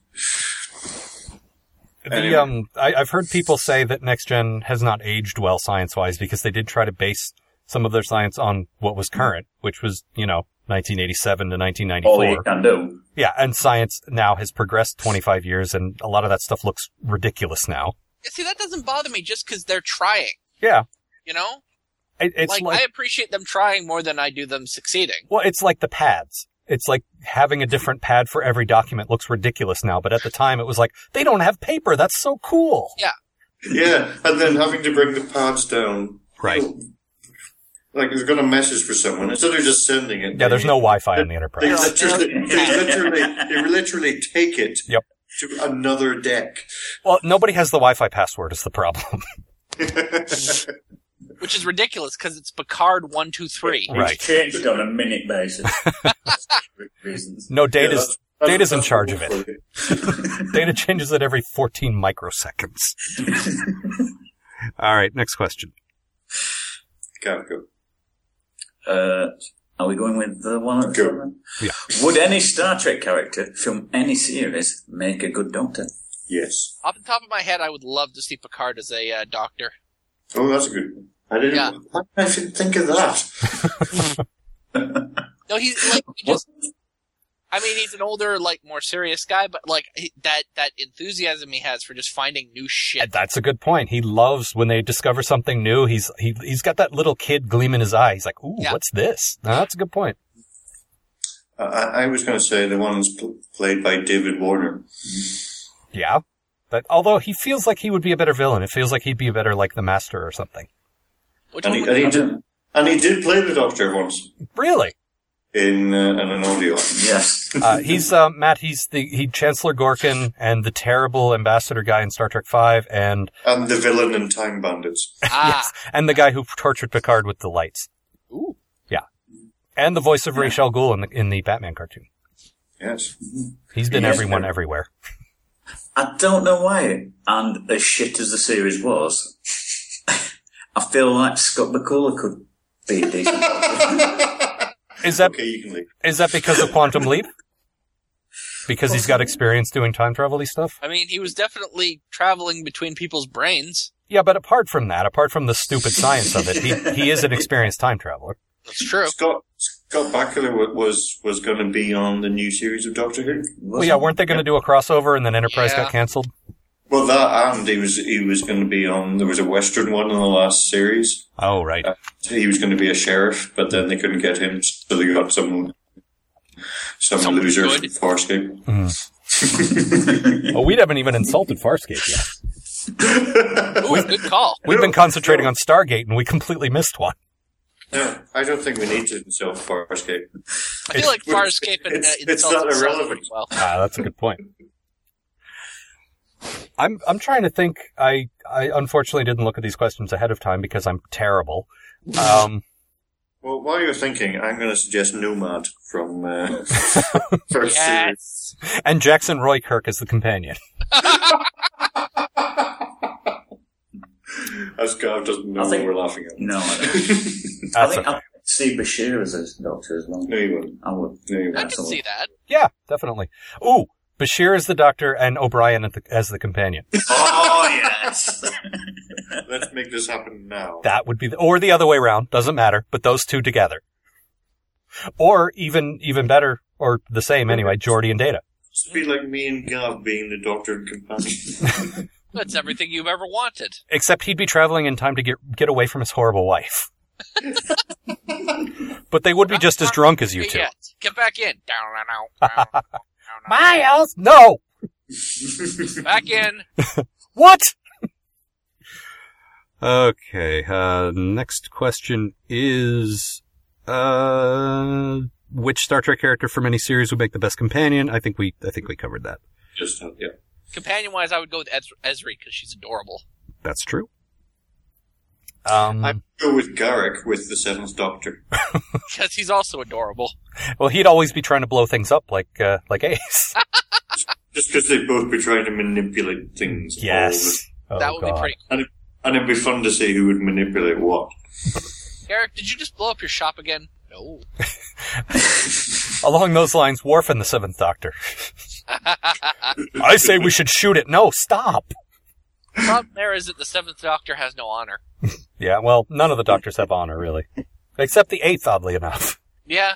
Anyway.
the um, I, I've heard people say that Next Gen has not aged well science-wise because they did try to base some of their science on what was current, which was you know 1987 to 1994.
All you can do.
Yeah, and science now has progressed 25 years, and a lot of that stuff looks ridiculous now.
See, that doesn't bother me just because they're trying.
Yeah,
You know,
it, it's
like,
like,
I appreciate them trying more than I do them succeeding.
well, it's like the pads. It's like having a different pad for every document looks ridiculous now, but at the time it was like they don't have paper. That's so cool.
Yeah, and then having to bring the pads down.
Right.
Like, they've got a message for someone. Instead of just sending it.
Yeah, there's no Wi-Fi in the
They
Enterprise.
literally, they literally, they literally take it
Yep.
to another deck.
Well, nobody has the Wi-Fi password. Is the problem? [laughs]
which is ridiculous because it's Picard one two three.
Right.
It's changed on a
[laughs]
minute basis. Reasons.
No
Yeah,
data's
that's- that's-
Data's in
that's
charge
what
of
we're for.
data changes it every 14 microseconds. [laughs] All right, next question.
Can't go.
Uh, are we going with the one? at the
Go.
front?
Yeah.
Would any Star Trek character from any series make a good doctor?
Yes.
Off the top of my head, I would love to see Picard as a uh, doctor.
Oh, that's a good one. I didn't.
Yeah.
How did I didn't think of that? [laughs]
No, he's like he just. I mean, he's an older, like more serious guy, but like he, that that enthusiasm he has for just finding new
Yeah,
shit.
That's a good point. He loves when they discover something new. He's he, he's got that little kid gleam in his eye. He's like, "Ooh,
Yeah.
what's this?" No, that's a good point.
I, I I was going to say the one that's pl- played by David Warner.
Yeah. But although he feels like he would be a better villain, it feels like he'd be better like the master or something.
Which
And he,
one would
and he, did, and he did play the Doctor once
Really?
in, uh, in an audio.
Yes.
Uh, he's uh, Matt. He's the he Chancellor Gorkin and the terrible ambassador guy in Star Trek Five, and
And the villain in Time Bandits.
ah,
and the guy who tortured Picard with the lights.
Ooh.
Yeah. And the voice of Rachel Ghoul in the in the Batman cartoon.
Yes.
He's been
He is
everyone
terrible.
everywhere.
I don't know why. And as shit as the series was, I feel like Scott McCullough could be a decent doctor.
Is that is
Okay, you can leave.
that because of Quantum Leap? Because he's got experience doing time travel stuff.
I mean, he was definitely traveling between people's brains.
Yeah, but apart [laughs] from that, apart from the stupid science of it, he, he is an experienced time traveler.
That's true.
Scott Scott Bakula wa- was was going to be on the new series of Doctor Who.
Well, yeah, weren't they going to do a crossover and then Enterprise
Yeah.
got canceled?
Well, that and he was he was going to be on. There was a Western one in the last series.
Oh, right.
He was going to be a sheriff, but then they couldn't get him, so they got some some
Someone
loser
good.
from Farscape.
Oh, we haven't even insulted Farscape yet.
Ooh, good call.
We've been concentrating on Stargate and we completely missed one.
No, I don't think we need to insult Farscape.
I feel like Farscape and uh,
it's- it's
insults
not
itself
irrelevant.
pretty Well,
Ah, that's a good point. I'm I'm trying to think. I I unfortunately didn't look at these questions ahead of time because I'm terrible. Um,
Well, while you're thinking, I'm going to suggest Nomad
[laughs]
from uh, first series.
yes.
and Jackson Roy Kirk is the companion.
As Gav doesn't know
I think-
we're laughing at.
No, I don't. I
That's
think
a,
I Steve Bashir as a doctor as well.
[laughs] No, you wouldn't.
I would.
No, you
I
wouldn't.
can see that.
yeah, definitely. Ooh, Bashir is the doctor and O'Brien at the, as the companion.
oh yes.
[laughs] Let's make this happen now.
That would be the, or the other way around. Doesn't matter. But those two together, or even even better, or the same anyway. Geordie and Data.
Just be like me and Gav being the doctor and companion.
[laughs]
That's everything you've ever wanted.
Except he'd be traveling in time to get get away from his horrible wife. but they would be just as drunk as you two.
Yes. Get
[laughs]
back in. Down, down, down, down, down,
Miles, no.
down. Back in.
What? okay. Uh, next question is, uh, which Star Trek character from any series would make the best companion? I think we, I think we covered that.
Just uh, yeah.
Companion wise, I would go with Ez- Ezri because she's adorable.
That's true. Um,
I'd go with Garrick with the seventh doctor.
Because he's also adorable.
well, he'd always be trying to blow things up like, uh, like Ace.
Just because they'd both be trying to manipulate things.
[laughs]
all
yes. Oh,
that would
God.
be pretty cool.
the- And it'd be fun to see who would manipulate what.
Eric, did you just blow up your shop again? No.
Along those lines, Worf and the Seventh
[laughs]
Doctor. I say we should shoot it. No, stop.
The problem there is that the Seventh Doctor has no honor.
Yeah, well, none of the doctors have honor, really. Except the Eighth, oddly enough.
Yeah,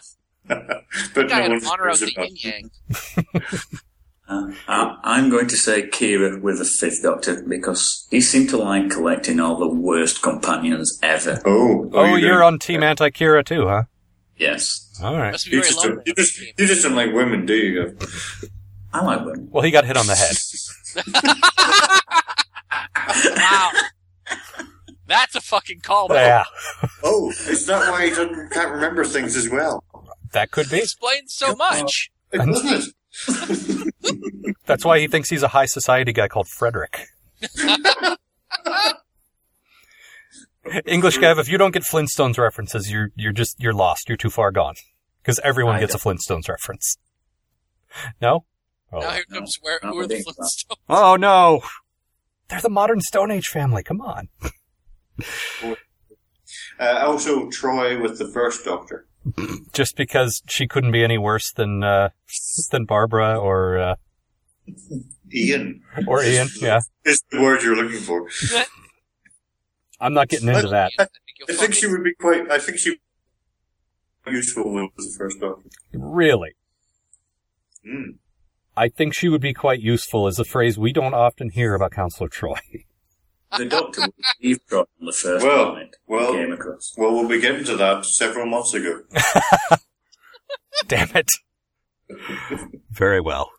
But
that guy
no
had
one
honor of
cares
the
about
yin yang.
Uh, I, I'm going to say Kira with the fifth doctor because he seemed to like collecting all the worst companions ever.
Oh,
Oh,
you
you're
don't-
on Team Anti Kira too, huh?
Yes,
All right.
Must be
You
very
just,
lonely.
don't, you, just, you just don't like women, do you? Gav?
I like them.
Well, he got hit on the head.
Wow. That's a fucking call.
[laughs] yeah,
Oh, is that why he doesn't, can't remember things as well?
that could be.
Explains so much.
It doesn't.
That's why he thinks he's a high society guy called [laughs] Frederick. English Gav, if you don't get Flintstones references, you're you're just you're lost. You're too far gone because everyone
I
gets a Flintstones reference. No. Oh.
now here comes where
not
who are the
really.
[laughs]
Flintstones?
Oh no! They're the modern Stone Age family. Come on.
Uh, also, Troy with the first doctor.
Just because she couldn't be any worse than uh, than Barbara or uh,
Ian
or Ian. Yeah,
is the word you're looking for.
I'm not getting into that.
I think, you'll
I think she
fucking-
would be quite. I think she would be useful with the first doctor.
Really,
Mm.
I think she would be quite useful. Is a phrase we don't often hear about Counselor Troy.
The
[laughs]
doctor was Eve on the first
Well,
planet
well-
he came across.
Well, we'll be getting to that several months ago.
[laughs] Damn it. Very well.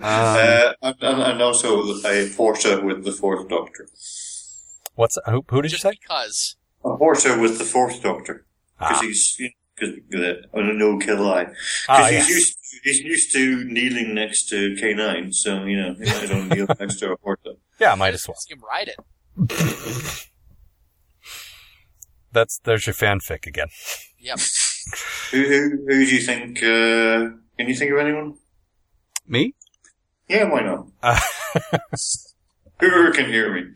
uh, and, and, and also a Porter with the fourth doctor.
What's who, who did you
just
say?
because.
A Porter with the fourth doctor. Because
Ah.
he's you know, 'cause, uh, on a no kill eye.
Ah,
Because he's,
yes.
used, he's used to kneeling next to K9, so, you know, he might as well kneel next to a Porter.
Yeah, might as well.
See him ride it.
That's there's your fanfic again.
Yep.
Who, who, who do you think? Uh, can you think of anyone?
Me?
Yeah, why not?
[laughs] Uh,
Whoever can hear me.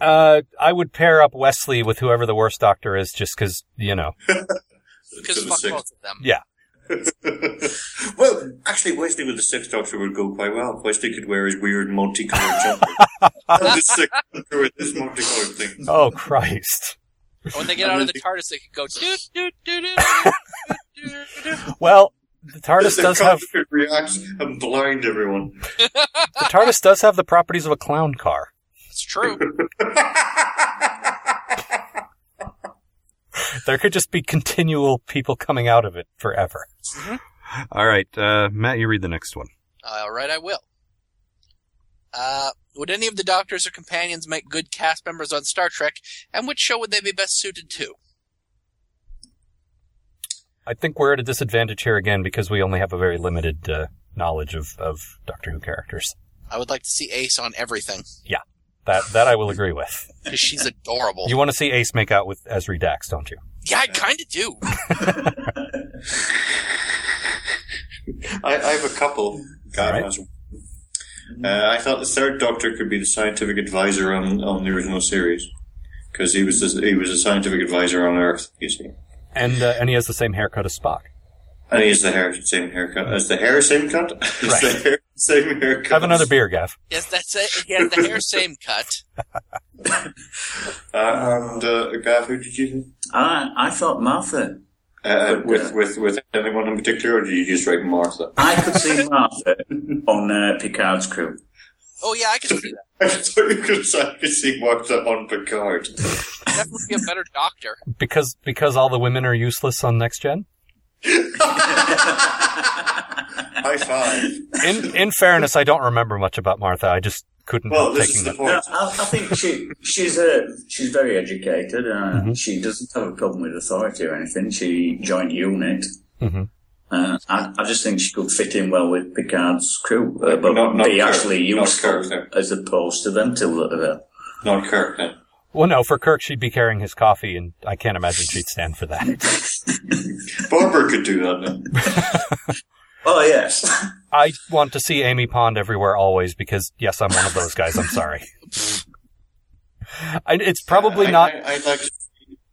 uh, I would pair up Wesley with whoever the worst doctor is, just because you know.
Because
To the
fuck
sixth.
both of them.
Yeah.
[laughs] well, actually, Wesley with the Sixth Doctor would go quite well. Wesley could wear his weird multicolored jumper.
[laughs]
the Sixth Doctor with his multicolored thing.
Oh Christ.
When they get out of the TARDIS, they can go doot doot doot doot doot, doot
[laughs] Well, the TARDIS [laughs]
The
does have
cockpit reacts and blind everyone. [laughs]
the TARDIS does have the properties of a clown car.
It's true.
There could just be continual people coming out of it forever. Mm-hmm. All right, uh, Matt, you read the next one.
All right, I will. Uh, would any of the doctors or companions make good cast members on Star Trek, and which show would they be best suited to?
I think we're at a disadvantage here again because we only have a very limited uh, knowledge of, of Doctor Who characters.
I would like to see Ace on everything
That that I will agree with.
because she's
[laughs]
adorable.
You want to see Ace make out with Ezri Dax, don't you?
yeah, I kind of do.
I, I have a couple. God
Alright.
has one. Uh, I thought the third Doctor could be the scientific advisor on, on the original series because he was the, he was a scientific advisor on Earth, you see,
And uh, and he has the same haircut as Spock.
and he has the hair same haircut. Is the hair same cut? [laughs] Is
Right.
the hair same haircut?
Have another beer, Gav.
Yes, that's it. He has the
[laughs]
hair same cut.
Uh, and uh, Gav, who did you? Think?
I, I thought Martha.
Uh,
But,
with,
uh,
with with anyone in particular, or do you just write Martha? [laughs]
I could see Martha on uh, Picard's crew.
Oh yeah, I can see that.
I thought you could say I could see Martha on Picard.
Definitely be a better doctor.
Because because all the women are useless on Next Gen.
High
[laughs]
five.
In in fairness, I don't remember much about Martha. I just couldn't
Well,
help
this is
taking
the
that.
No, I,
point.
I think she she's uh, she's very educated. Uh,
Mm-hmm.
She doesn't have a problem with authority or anything. She joined UNIT.
Mm-hmm.
Mhm.
Uh, I, I just think she could fit in well with Picard's crew, uh, but
Not- not
be
Kirk.
actually
Not
useful
Kirk, though.
as opposed to them to look at her.
Not Kirk then.
Well, no, for Kirk, she'd be carrying his coffee, and I can't imagine she'd stand for that.
Barbara could do that then.
Oh yes, [laughs]
I want to see Amy Pond everywhere always because, yes, I'm one of those guys. I'm sorry. I, it's probably
I-
not.
I, would like.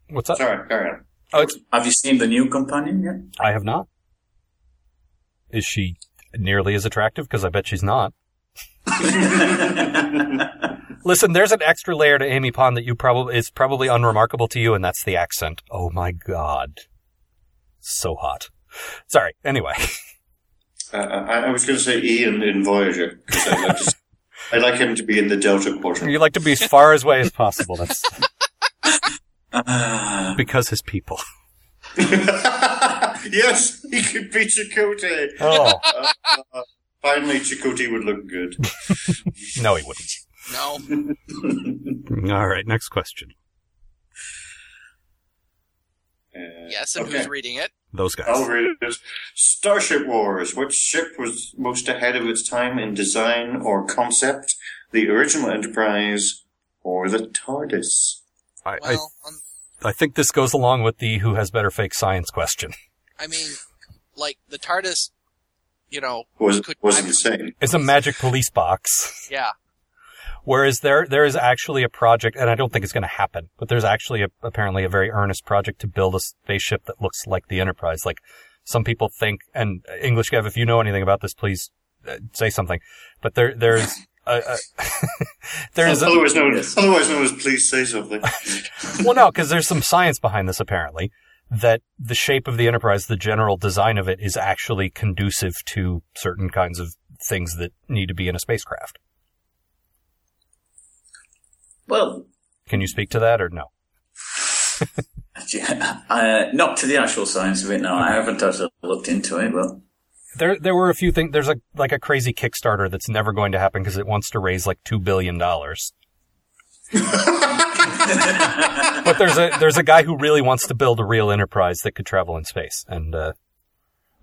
What's up?
Sorry, carry on.
Oh, it's,
have you seen the new companion yet?
I have not. Is she nearly as attractive? Because I bet she's not.
[laughs]
Listen, there's an extra layer to Amy Pond that you probably is probably unremarkable to you, and that's the accent. Oh my god, so hot. Sorry. Anyway, [laughs]
Uh, I, I was going to say Ian in Voyager because I'd like to.
[laughs]
See, I'd like him to be in the Delta
you
Quadrant.
like to be as far away as possible. That's
Ah,
because his people.
[laughs] yes, he could be Chakotay.
Oh
Finally, Chakotay would
[laughs]
look good.
no, he wouldn't.
No,
All right, next question.
Uh,
yes, and who's reading it?
Those guys.
I'll read this. Starship Wars. Which ship was most ahead of its time in design or concept? The original Enterprise or the TARDIS?
I, I,
Well, um, on,
I think this goes along with the who has better fake science question.
I mean, like the TARDIS, you know,
Was
could
was
I'm-
the same.
It's a magic police box.
yeah,
Whereas there, there is actually a project, and I don't think it's going to happen, but there's actually a, apparently a very earnest project to build a spaceship that looks like the Enterprise. Like some people think, and uh, English Gav, if you know anything about this, please uh, say something. But there, there's a, [laughs] a there's a,
Otherwise known,
Yes.
otherwise known as please
[laughs]
say something.
well, no, because there's some science behind this apparently that the shape of the Enterprise, the general design of it, is actually conducive to certain kinds of things that need to be in a spacecraft.
[laughs] well,
Can you speak to that or no?
yeah, [laughs] uh, not to the actual science of it. No, I haven't actually looked into it. Well,
There, there were a few things. There's a like a crazy Kickstarter that's never going to happen because it wants to raise like two billion dollars. but there's a there's a guy who really wants to build a real enterprise that could travel in space, and uh,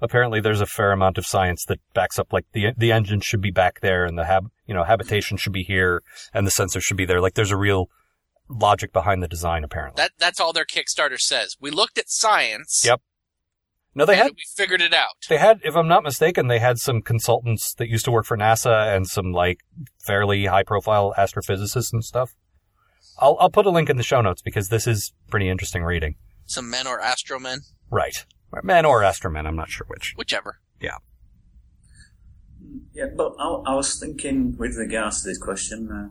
apparently there's a fair amount of science that backs up like the the engine should be back there, and the hab you know habitation should be here, and the sensor should be there. Like there's a real logic behind the design apparently.
that that's all their Kickstarter says. We looked at science.
Yep. no, they
and
had
we figured it out.
they had, if I'm not mistaken, they had some consultants that used to work for NASA and some like fairly high profile astrophysicists and stuff. I'll, I'll put a link in the show notes because this is pretty interesting reading.
Some men or astromen,
Right. Men or astromen, I'm not sure which.
whichever.
Yeah, but I, I was thinking with regards to this question, uh,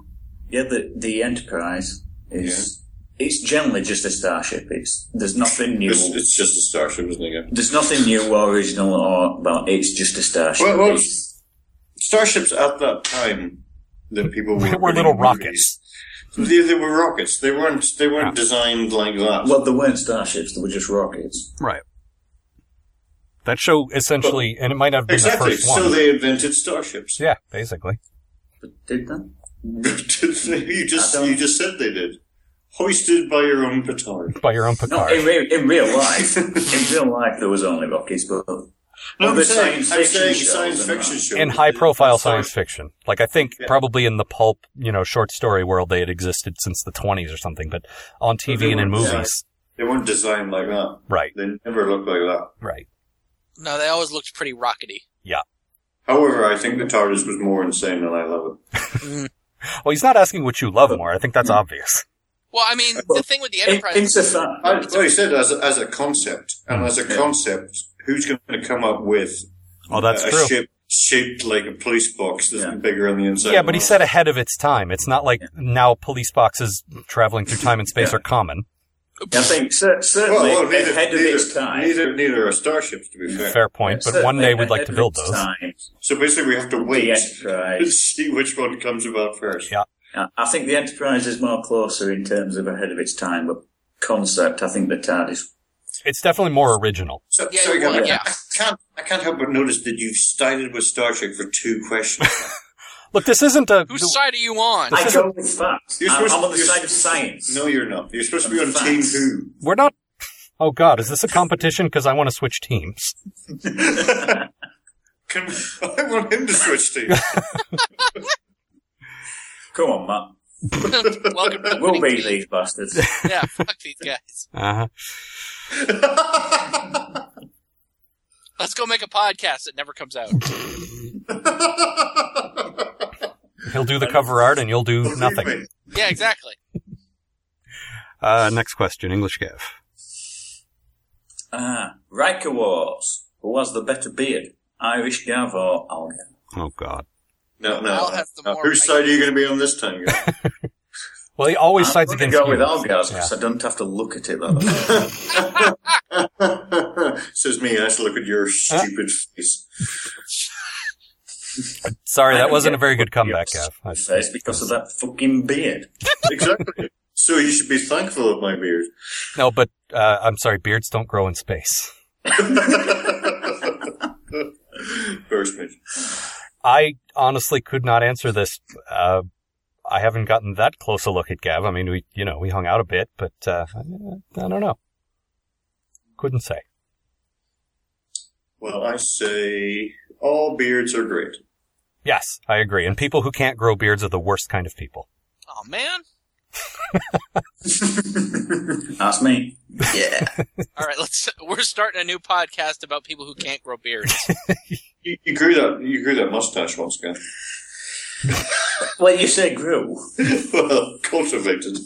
yeah, the, the Enterprise is It's generally just a starship. It's there's nothing new.
It's, it's just a starship, isn't it? yeah?
There's nothing new or original or about. It's just a starship.
Well, well,
It's-
starships at that time that people were,
They were
putting
little
in movies-
rockets.
They, they were rockets. They weren't. They weren't designed like that.
well, they weren't starships. They were just rockets.
Right. That show essentially, and it might not have been
exactly.
the first one.
So they invented starships.
yeah, basically.
Did they?
[laughs] you just
I don't-
you just said they did. Hoisted by your own petard.
By your own
No,
Picard.
in, re-
[laughs]
in real life, in real life, there was only rockets, but
No, I'm
but
saying, I'm saying
shows
science
and
fiction
that.
shows.
in high profile
Star-
science fiction. Like I think
Yeah.
probably in the pulp, you know, short story world they had existed since the 20s or something, but on TV and in
weren't, yeah.
movies.
They weren't designed like that.
Right,
They never looked like that.
right.
No, they always looked pretty rockety.
However, I think the TARDIS was more insane and I love it.
Well, he's not asking what you
Oh.
love more. I think
Hmm.
that's obvious.
Well, I mean, the thing with the
In,
Enterprise,
insofar,
I, well, he said as a, as a concept,
Hmm.
and as a concept, who's going to come up with
Oh, that's
a
true.
ship shaped like a police box that's
Yeah.
bigger on the inside?
Yeah,
than
but he
out?
said ahead of its time. It's not like now police boxes traveling through time and space
Yeah.
are common.
I think cer-
well,
certainly
well, neither,
ahead of
neither,
its time.
neither, neither are starships, to be fair.
Mm, Fair point, but one day we'd like to build those.
So basically, we have to wait
The
and
Enterprise.
see which one comes about first.
Yeah.
I I think the Enterprise is more closer in terms of ahead of its time, but concept, I think the TARDIS.
It's definitely more original.
So,
Yeah,
sorry,
well,
guys,
yeah.
I can't, I can't help but notice that you've sided with Star Trek for two
[laughs]
questions.
Look, this isn't a
whose side are you on? [laughs]
I go with facts.
You're
I'm,
supposed-
I'm on the
you're-
side of science.
no, you're not. You're supposed to be
I'm
on
fast.
Team Who.
we're not Oh god, is this a competition because I want to switch teams?
Can, [laughs] I want him to switch teams.
Come on, Matt.
Welcome to the
We'll
winning
beat
team.
these
[laughs]
bastards.
[laughs] Yeah, fuck these guys.
Uh-huh. [laughs]
Let's go make a podcast that never comes out.
He'll do the cover art and you'll do
Believe
nothing.
me.
Yeah, exactly.
Uh, next question, English Gav.
Ah, Riker Wars. Who has the better beard? Irish Gav or Algar?
Oh God.
No, no.
Al has the
no.
more
Whose
right-
side are you going to be on this time? [laughs] guys?
Well, he always sides
I'm gonna
against
go
you.
Oh,
with Algar's
Yeah.
because I don't have to look at it that way.
[laughs] Says me. I have to look at your stupid face.
Sorry,
I
that
don't
wasn't
get
a very good
fucking
comeback, Gav.
upset
I-
It's because of that fucking beard.
Exactly. So you should be thankful of my beard. [laughs]
No, but uh, I'm sorry, beards don't grow in space.
First mate.
I honestly could not answer this. Uh, I haven't gotten that close a look at Gav. I mean, we you know we hung out a bit, but uh, I I don't know. Couldn't say.
Well, I say all beards are great.
Yes, I agree. And people who can't grow beards are the worst kind of people.
Oh man.
That's me. Yeah.
[laughs]
All right, let's. We're starting a new podcast about people who can't grow beards.
You, you grew that. You grew that mustache once again.
well, you say grew.
[laughs] well, cultivated.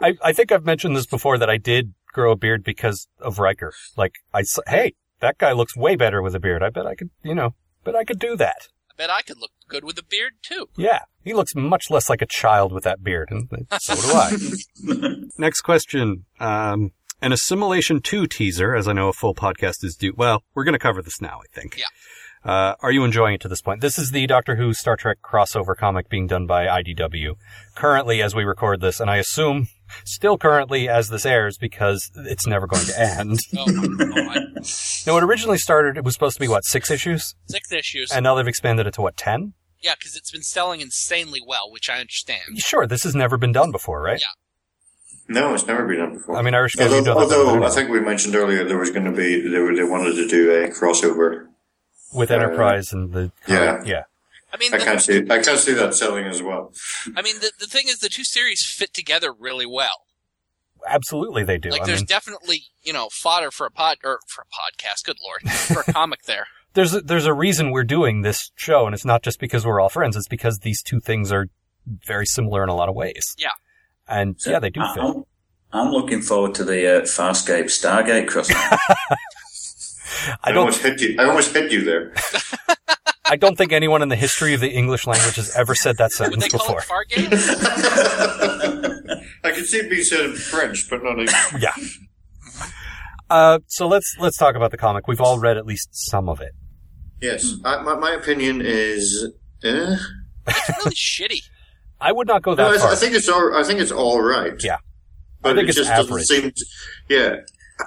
I, I think I've mentioned this before that I did grow a beard because of Riker. Like I s- hey, that guy looks way better with a beard. I bet I could, you know, bet I could do that.
I bet I could look good with a beard too.
Yeah, he looks much less like a child with that beard, and so do I. Next question. Um, an Assimilation 2 teaser, as I know a full podcast is due. Well, we're going to cover this now, I think.
Yeah.
Uh, are you enjoying it to this point? This is the Doctor Who Star Trek crossover comic being done by IDW currently as we record this, and I assume still currently as this airs because it's never going to end.
Oh, oh I,
no, it originally started, it was supposed to be, what, six issues?
six issues.
And now they've expanded it to, what, ten?
yeah, because it's been selling insanely well, which I understand.
Sure, this has never been done before, right?
Yeah.
No, it's never been done before.
I mean, Irish Gav,
although,
you've done that
although
before.
I think we mentioned earlier there was going to be they, were, they wanted to do a crossover.
With Enterprise and the.
Yeah.
Yeah.
I mean,
I
the,
can't see I can't see that selling as well.
I mean, the, the thing is, the two series fit together really well.
Absolutely they do.
Like,
I
there's
mean,
definitely you know fodder for a pod or for a podcast. Good lord, for a comic there.
there's a, there's a reason we're doing this show, and it's not just because we're all friends. It's because these two things are very similar in a lot of ways.
Yeah.
and yeah, they do
uh,
I-
oh.
fit.
I'm, I'm looking forward to the uh, Farscape Stargate crossover.
I
I,
don't.
almost hit you. I almost hit you there.
I don't think anyone in the history of the English language has ever said
[laughs]
that [laughs]
Would
sentence
they call
before.
it Fargate?
[laughs] I can see it being said in French, but not in.
Yeah. Uh, so let's let's talk about the comic. We've all read at least some of it.
yes, I, my, my opinion is. Eh?
It's really shitty.
I would not go
No,
that
I,
far.
I think it's all. I think it's all right.
Yeah.
but
I think
it
it's
just
average.
doesn't seem. To, yeah,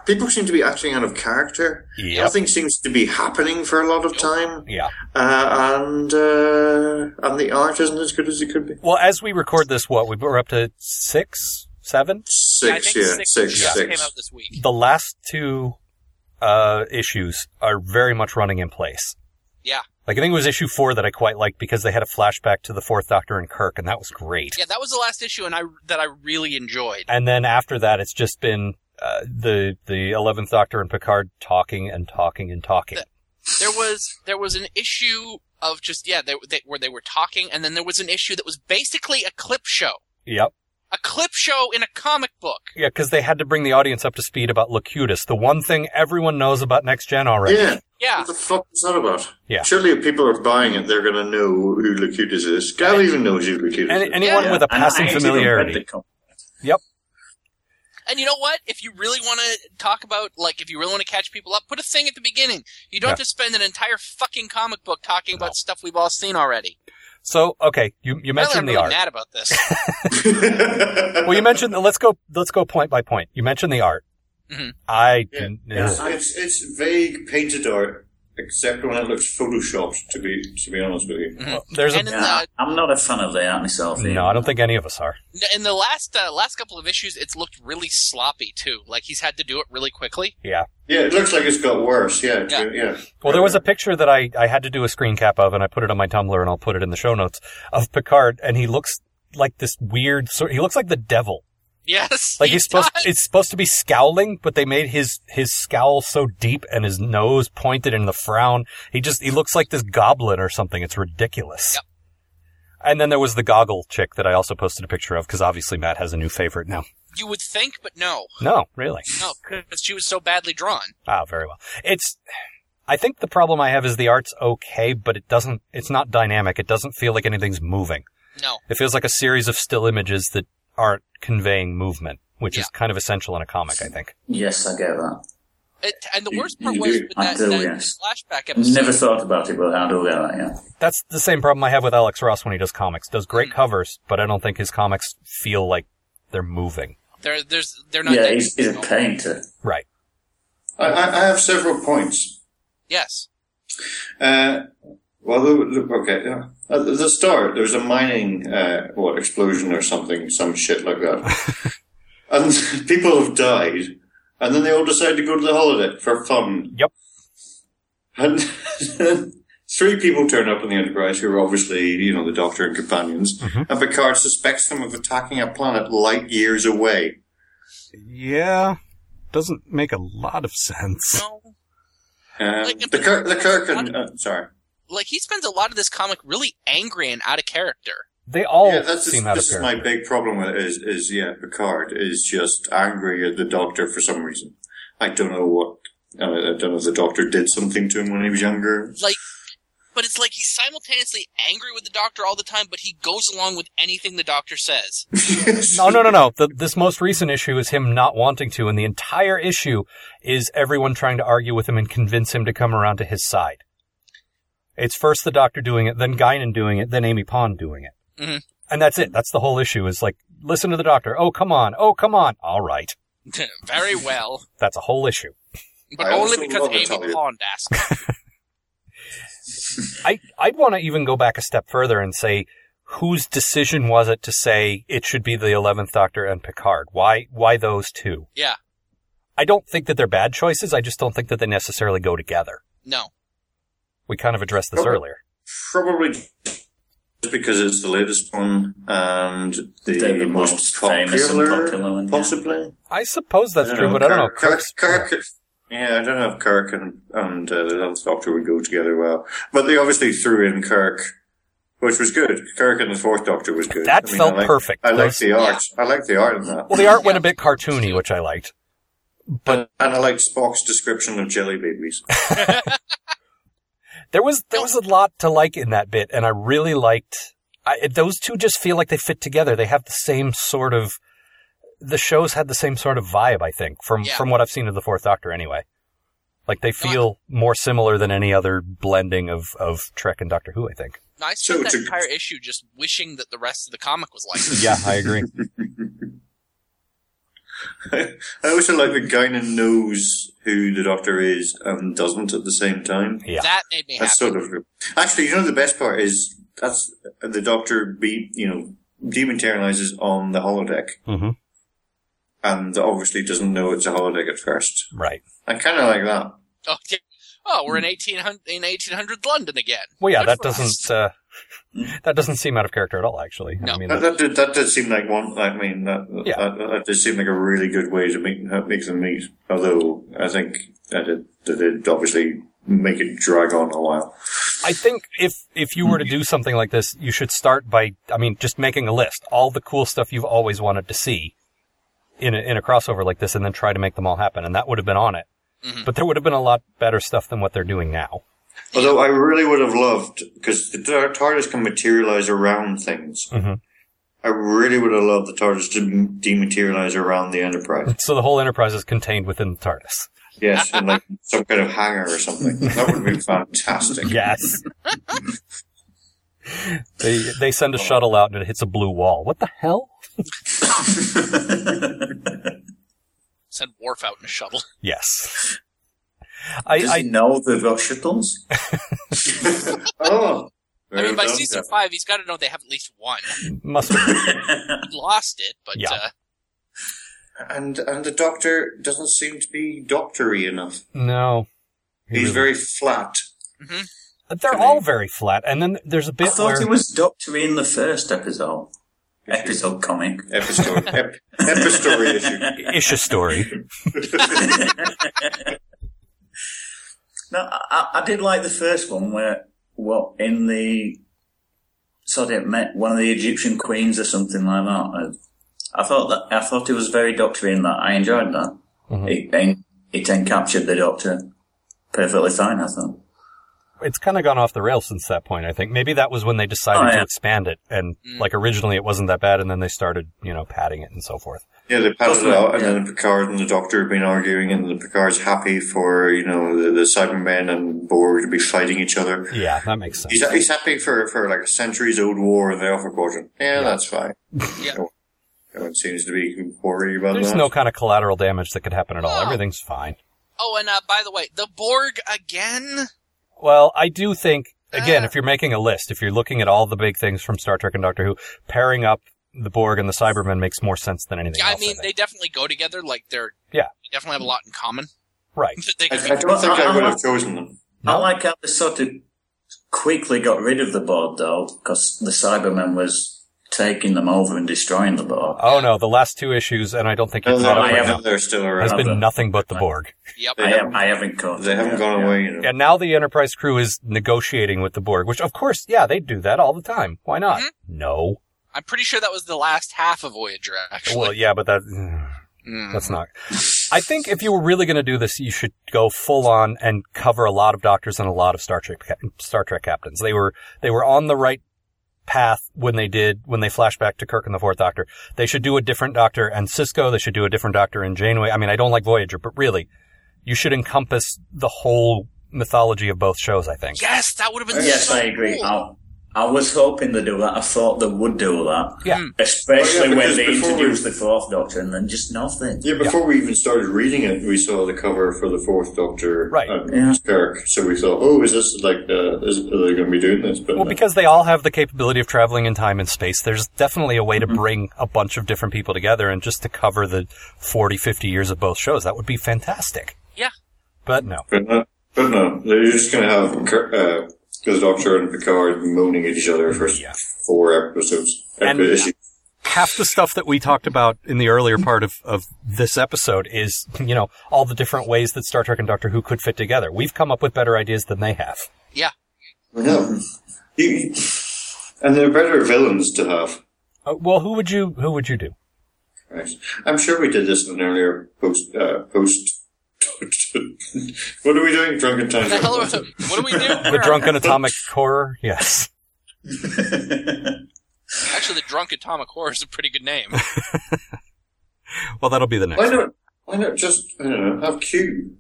people seem to be acting out of character.
Yep.
Nothing seems to be happening for a lot of time,
yeah.
uh, and uh, and the art isn't as good as it could be.
Well, as we record this, what we- we're up to six, seven.
Yeah, I
[laughs] Six,
think
yeah,
six,
six,
just
six.
came out this week.
The last two uh, issues are very much running in place.
Yeah.
Like I think it was issue four that I quite liked because they had a flashback to the Fourth Doctor and Kirk, and that was great.
Yeah, that was the last issue, and I that I really enjoyed.
And then after that, it's just been uh, the the Eleventh Doctor and Picard talking and talking and talking.
There was there was an issue of just yeah, they, they, where they were talking, and then there was an issue that was basically a clip show,
Yep.
a clip show in a comic book.
Yeah, because they had to bring the audience up to speed about Locutus, the one thing everyone knows about Next Gen already.
Yeah,
Yeah,
what the fuck is that about?
Yeah.
surely if people are buying it, they're going to know who Locutus is. Gav even knows who Locutus
Any,
is. [laughs]
anyone
Yeah.
with a
And
passing
I actually don't read
familiarity.
the comic.
and you know what? If you really want to talk about like if you really want to catch people up, put a thing at the beginning. You don't
Yeah.
have to spend an entire fucking comic book talking
No.
about stuff we've all seen already.
So, okay, you, you
Really, I'm
mentioned
really
the art.
mad
[laughs]
about this.
Well, you mentioned, let's go, let's go point by point. You mentioned the art.
Mhm.
I
Yeah.
didn't,
It's, it's it's vague painted art, except when it looks photoshopped. To be to be honest with you,
Ugh. there's a,
and in
Yeah,
the
I'm not a fan of the art myself.
no, I don't think any of us are.
in the last uh, last couple of issues, it's looked really sloppy too. Like he's had to do it really quickly. [laughs]
Yeah.
yeah, it looks like it's got worse. Yeah,
Yeah.
yeah. yeah.
Well, there was a picture that I, I had to do a screen cap of, and I put it on my Tumblr, and I'll put it in the show notes of Picard, and he looks like this weird sort. He looks like the devil.
Yes,
Like
he
he's supposed,
does.
it's supposed to be scowling, but they made his his scowl so deep and his nose pointed in the frown. He just he looks like this goblin or something. It's ridiculous.
Yep.
And then there was the goggle chick that I also posted a picture of because obviously Matt has a new favorite now.
You would think, but no,
No, really.
no, because she was so badly drawn.
Ah, very well. It's. I think the problem I have is the art's okay, but it doesn't. It's not dynamic. It doesn't feel like anything's moving.
No,
It feels like a series of still images that aren't conveying movement, which is
Yeah.
kind of essential in a comic, I think.
Yes, I get that.
it, and the
You-
worst part
you
was
do.
with
I
that,
do,
that
yes.
flashback episode.
Never thought about it, but I do get that. Yeah.
That's the same problem I have with Alex Ross when he does comics. Does
Hmm.
great covers, but I don't think his comics feel like they're moving.
They're there's they're not.
yeah,
that
he's, he's a
original.
painter.
Right.
I, I, I have several points.
Yes,
Uh, well, the- the- okay. yeah. At the start, there was a mining, uh, what explosion or something, some shit like that, and people have died, and then they all decide to go to the holiday for fun.
Yep.
And [laughs] three people turn up on the Enterprise who are obviously, you know, the Doctor and companions, and Picard suspects them of attacking a planet light years away.
Yeah. Doesn't make a lot of sense.
no.
Um,
Like, if
the
the-
Kirk, the Kirk, and uh, sorry.
Like he spends a lot of this comic really angry and out of character.
They all
yeah, that's
seem
just,
out
this
of
is my
character.
big problem with it is, is yeah, Picard is just angry at the Doctor for some reason. I don't know what. Uh, I don't know if the Doctor did something to him when he was
[laughs]
younger.
Like, but it's like he's simultaneously angry with the doctor all the time, but he goes along with anything the doctor says. [laughs]
No, no, no, no. The, this most recent issue is him not wanting to, and the entire issue is everyone trying to argue with him and convince him to come around to his side. It's first the doctor doing it, then Guinan doing it, then Amy Pond doing it.
Mm-hmm.
Mhm.
And that's it. That's the whole issue is like, listen to the doctor. Oh, come on. Oh, come on. All right.
Very well,
That's a whole issue.
but
I
only
also
because
love
Amy
Natalia.
Pond asked.
I, I'd want to even go back a step further and say, whose decision was it to say it should be the 11th Doctor and Picard? Why, why those two?
[laughs] Yeah.
I don't think that they're bad choices. I just don't think that they necessarily go together.
No,
We kind of addressed this
Okay.
earlier.
Probably just because it's the latest one and the,
They're the
most,
most
popular,
famous and popular one, yeah.
possibly.
I suppose that's
I don't
true,
know,
but I don't know.
Kirk- Kirk,
Kirk's-
Kirk, yeah, I don't know if Kirk and, and uh, the Eleventh Doctor would go together well, but they obviously threw in Kirk, which was good. Kirk and the Fourth Doctor was good.
That felt
I like,
perfect.
I like
Those-
the art. I like the art in that,
Well, the art went a bit cartoony, which I liked.
and I like Spock's description of jelly babies.
There was there was a lot to like in that bit, and I really liked. I, those two just feel like they fit together. They have the same sort of. The shows had the same sort of vibe, I think, from
Yeah.
from what I've seen of the Fourth Doctor, anyway. Like they
I-
feel more similar than any other blending of of Trek and Doctor Who. I think.
I
So
spent
it's
that
a-
entire issue just wishing that the rest of the comic was like this.
Yeah, I agree.
[laughs] I also like that Guinan knows who the Doctor is and doesn't at the same time.
[laughs] Yeah.
That made me happy.
That's sort of actually, you know, the best part is that's the Doctor be you know dematerializes on the holodeck
hmm
and obviously doesn't know it's a holodeck at first.
Right.
I kind of like that.
Oh, yeah. oh we're in eighteen hundred in eighteen hundred London again.
Well, yeah,
Good
that
for us.
doesn't uh, that doesn't seem out of character at all. Actually, I
No.
mean,
That, that did that did seem like one. I mean, that
Yeah.
that, that did seem like a really good way to make make them meet. Although I think that did that did obviously make it drag on a while.
I think if if you were to do something like this, you should start by I mean just making a list all the cool stuff you've always wanted to see in a, in a crossover like this, and then try to make them all happen. And that would have been on it,
Mhm.
but there would have been a lot better stuff than what they're doing now.
Although I really would have loved because the Tar- TARDIS can materialize around things.
Mhm.
I really would have loved the TARDIS to m- dematerialize around the Enterprise.
So the whole Enterprise is contained within the TARDIS.
Yes, in like some kind of hangar or something. That would be fantastic.
Yes. they they send a shuttle out and it hits a blue wall. What the hell?
Send Worf out in a shuttle.
Yes. I,
Does
I
he know they've got shuttles?
Oh,
I mean, by
Well done,
season
Captain.
five, he's got to know they have at least one.
must
He lost it, but
Yeah.
uh,
And and the Doctor doesn't seem to be doctory enough.
no.
He's very flat.
They're all very flat, and then there's a
I
bit
thought
where
he was Doctor in the first episode. Episode comic.
Epistory, ep, epistory issue.
Isha story.
No, I, I- I did like the first one where, what, in the, sorry, it met one of the Egyptian queens or something like that. I, I thought that, I thought it was very Doctor in that. I enjoyed that. It, en- it encaptured the Doctor perfectly fine, I thought.
it's kind of gone off the rails since that point. I think maybe that was when they decided
Oh, yeah.
to expand it, and
Mm.
like originally it wasn't that bad, and then they started, you know, padding it and so forth.
Yeah, they padded it
Doesn't-
out, and
yeah.
then Picard and the Doctor have been arguing, and the Picard's happy for you know the, the Cybermen and Borg to be fighting each other.
Yeah, that makes sense.
He's, he's happy for, for like a centuries old war in the Alpha Quadrant. Yeah, that's fine.
Yeah.
No, no one seems to be worried about
There's
that.
no kind of collateral damage that could happen at all.
No.
Everything's fine.
oh, and uh, by the way, the Borg again.
Well, I do think again,
Ah.
if you're making a list, if you're looking at all the big things from Star Trek and Doctor Who, pairing up the Borg and the Cybermen makes more sense than anything
Yeah, I
else.
mean, they
think.
definitely go together. Like they're
Yeah.
they definitely have a lot in common. [laughs]
right.
They could
I,
be-
I don't think I would have chosen them.
No.
I like how they sort of quickly got rid of the board though, because the Cyberman was taking them over and destroying the board.
Oh no, the last two issues, and I don't think
No,
you're
no,
caught up
I
right
haven't.
now.
They're still
Has
around.
That's-
been
but-
nothing but the Borg.
yep.
They
I,
haven't-
have, I haven't caught.
They haven't
yeah,
gone
yeah.
away. You know.
And now the Enterprise crew is negotiating with the Borg, which of course, yeah, they do that all the time. Why not?
Mhm.
No.
I'm pretty sure that was the last half of Voyager. Actually,
Well, yeah, but that [sighs]
Mm.
that's not. I think if you were really going to do this, you should go full on and cover a lot of doctors and a lot of Star Trek ca- Star Trek captains. They were they were on the right path when they did when they flash back to Kirk and the Fourth Doctor. They should do a different Doctor and Cisco. They should do a different Doctor and Janeway. I mean, I don't like Voyager, but really, you should encompass the whole mythology of both shows. I think.
yes, that would have been.
Oh, Yes,
so
I agree.
cool.
I, I was hoping they'd do that. I thought they would do that.
Yeah.
Well,
Especially
yeah,
when
because
they
before
introduced
we-
the fourth Doctor and then just nothing.
Yeah, before we even started reading it, we saw the cover for the Fourth Doctor,
Right.
and
Yeah.
Kirk. So we thought, oh, is this like uh, is, are they going to be doing this? But
Well,
no.
because they all have the capability of traveling in time and space, there's definitely a way to bring a bunch of different people together and just to cover the 40, 50 years of both shows. That would be fantastic.
Yeah.
But no.
But no, but no, they're just going to have Kir- uh, the Doctor and Picard moaning at each other for
Yeah.
four episodes.
And-
Epi- issues.
Half the stuff that we talked about in the earlier part of, of this episode is, you know, all the different ways that Star Trek and Doctor Who could fit together. We've come up with better ideas than they have.
Yeah.
no, You- you- and they're better villains to have.
Uh, well, who would you, who would you do?
Right. I'm sure we did this in an earlier post uh, post [laughs] what are we doing? Drunken time.
The hell are, [laughs]
travel.
what do we do?
The drunken atomic horror. Yes.
[laughs] Actually, the Drunk Atomic Horror is a pretty good
[laughs]
name.
Well, that'll be the next.
Why
one.
not? Why not just I don't know, have Q?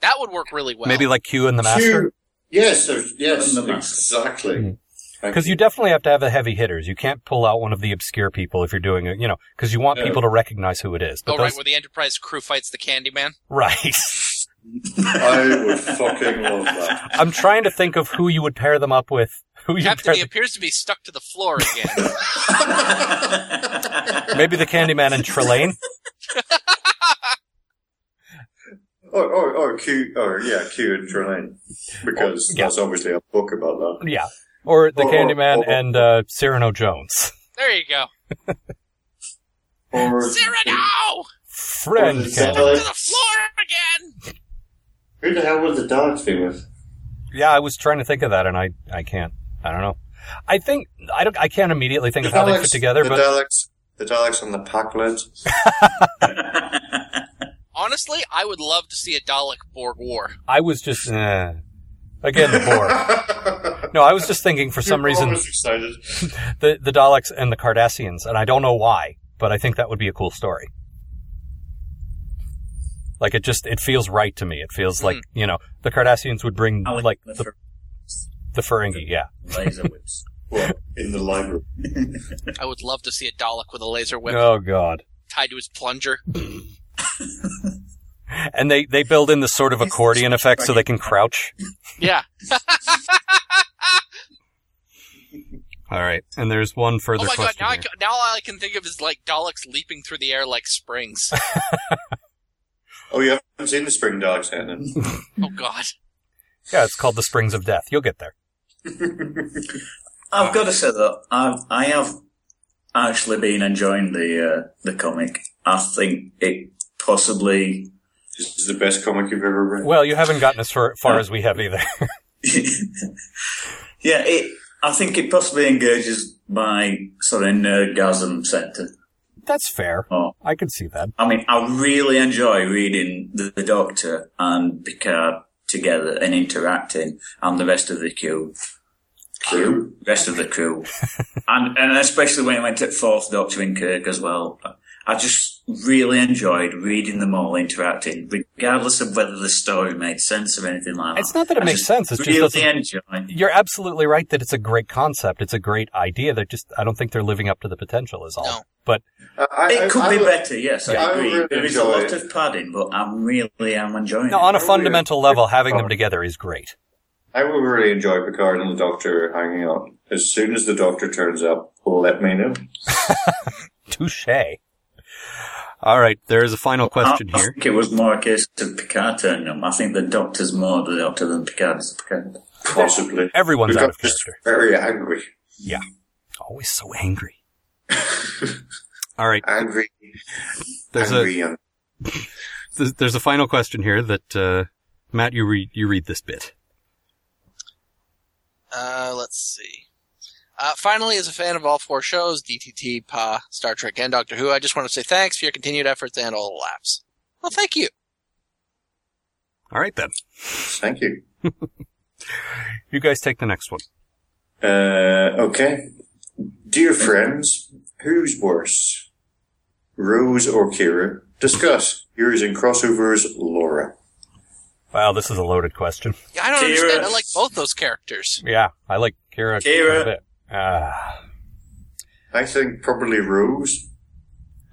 That would work really well.
Maybe like Q and the Master.
Q. Yes, uh, yes,
The Master.
exactly.
Mm.
Thank
Because you definitely have to have the heavy hitters. You can't pull out one of the obscure people if you're doing it, you know, because you want
Yeah.
people to recognize who it is. But
Oh, right,
those,
where the Enterprise crew fights the Candyman.
[laughs] right.
I would fucking love that.
I'm trying to think of who you would pair them up with. Who you
Captain,
pair
he appears to be stuck to the floor again.
[laughs] them- [laughs] Maybe the Candyman and Trelane. [laughs]
Or, or, or Oh, Q, or yeah, Q and Trelane, because
Oh, yeah.
there's obviously a book about that.
Yeah. Or the
Or-
Candyman
or-
and uh, Cyrano Jones. [laughs]
there you
[laughs]
go.
Or
Cyrano!
Friend
Or the
Candyman.
To
Dalek.
the floor again!
Who the hell was the Daleks thing with?
Yeah, I was trying to think of that, and I, I can't. I don't know. I think I don't. I can't immediately think of how they fit together,
the
but
Daleks, the Daleks on the pack led.
Honestly, I would love to see a Dalek Borg war.
I was just eh. again the
[laughs]
Borg. No, I was just thinking for some reason
always excited.
the the Daleks and the Cardassians, and I don't know why, but I think that would be a cool story. Like it just it feels right to me. It feels like
Hmm.
you know the Cardassians would bring
Alec
like the,
Clifford,
the Ferengi, yeah,
[laughs] laser whips.
Well, in the library.
I would love to see a Dalek with a laser whip
Oh God!
tied to his
[laughs]
plunger.
And they they build in the sort of accordion effect so they can crouch.
Yeah.
All right, and there's one further.
oh my god,
question
now I,
here.
ca- now all I can think of is like Daleks leaping through the air
[laughs]
like springs.
Oh, you haven't seen the Spring Daleks
[laughs]
yet then?
oh god.
Yeah, it's called the Springs of Death. You'll get there.
I've got to say though, I've, I have actually been enjoying the uh, the comic. I think it possibly [laughs]
This is the best comic you've ever read.
Well, you haven't gotten as far, far as we have either. [laughs]
yeah, it. I think it possibly engages my sort of nerdgasm sector.
That's fair.
Oh.
I can see that.
I mean, I really enjoy reading the, the Doctor and Picard together and interacting, and the rest of the crew, crew, rest of the crew, [laughs] and and especially when it went to Fourth Doctor in Kirk as well. I just really enjoyed reading them all interacting, regardless of whether the story made sense or anything like that.
It's not that it
I
makes
just
sense, it's just
really
doesn't-
enjoy.
You're absolutely right that it's a great concept. It's a great idea. They're just, I don't think they're living up to the potential is all.
No.
But
I- I- I-
It could
I
be
would-
better, yes,
Yeah, I
I agree.
really
there is a
enjoy
lot
it.
of padding, but I really am enjoying
no,
it.
on a
Earlier-
fundamental level, having them together is great.
I will really enjoy Picard and the Doctor hanging out. As soon as the Doctor turns up, let me know.
Touche. All right. There is a final question
I, I
here.
think it was more a case of Picard turning up. I think the Doctor's more the Doctor than Picard is Picard.
Possibly.
Everyone's out
Picard's
of
just
character.
very angry.
[laughs] Always so angry. [laughs] All right.
Angry.
There's a,
angry young.
there's there's a final question here that, uh, Matt, you read, you read this bit.
Uh, let's see. Uh, finally, as a fan of all four shows, DTT, PA, Star Trek, and Doctor Who, I just want to say thanks for your continued efforts and all the laughs. Well, thank you.
All right then.
Thank you.
You guys take the next one.
Uh, okay. Dear friends, who's worse? Rose or Kira? Discuss. Yours in crossovers, Laura.
Wow, this is a loaded question.
Yeah, I don't
Kira.
understand. I like both those characters.
Yeah, I like Kira.
Kira.
quite a bit. Ah.
I think probably Rose.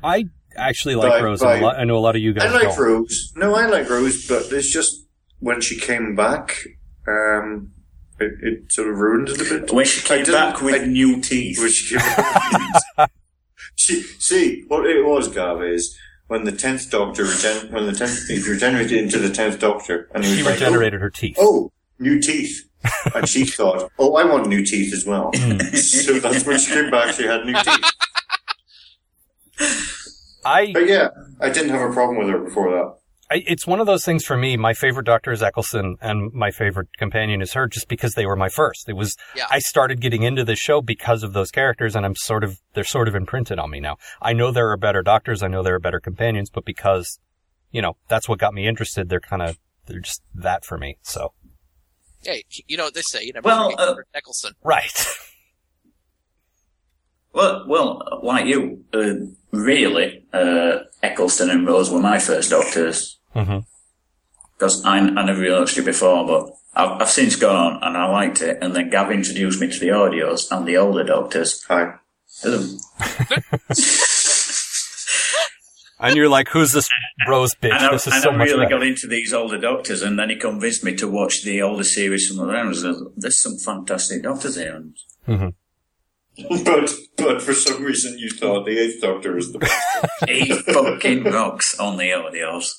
I actually like
Bye,
Rose.
bye.
A lot, I know a lot of you
I
guys
like
don't.
Rose. No, I like Rose, but it's just when she came back, um, it, it sort of ruined it a bit.
When she
I
came
didn't-
back with
I-
new teeth.
When she came [laughs] back. she, see, what it was, Gav, is when the 10th Doctor, regen- when the 10th, he regenerated into the 10th Doctor, and he was
She
like, "Oh,
regenerated her teeth.
oh, new teeth. And [laughs] she thought, oh, I want new teeth as well. [laughs] so that's when she came back, she had new teeth.
I,
But yeah, I didn't have a problem with her before that.
I, it's one of those things for me. My favorite doctor is Eccleston, and my favorite companion is her, just because they were my first. It was
Yeah.
I started getting into this show because of those characters, and I'm sort of they're sort of imprinted on me now. I know there are better doctors, I know there are better companions, but because you know, that's what got me interested. They're kind of, they're just that for me. So,
Hey, you know what they say. You never
Well,
forget
uh,
Robert Nicholson.
right.
Well, well, like you, uh, really, uh, Eccleston and Rose were my first doctors.
[laughs] Mhm.
Because I, I never really watched it before, but I've, I've since gone on and I liked it. And then Gav introduced me to the audios and the older doctors.
Hi.
Um,
and you're like, who's this Rose bitch?
And I,
this is
and
so
I
much
really
better.
got into these older doctors, and then he convinced me to watch the older series from the rounds. There's some fantastic doctors here. And
But but for some reason you thought the Eighth Doctor is the
[laughs]
best. [laughs]
he fucking rocks on the audios.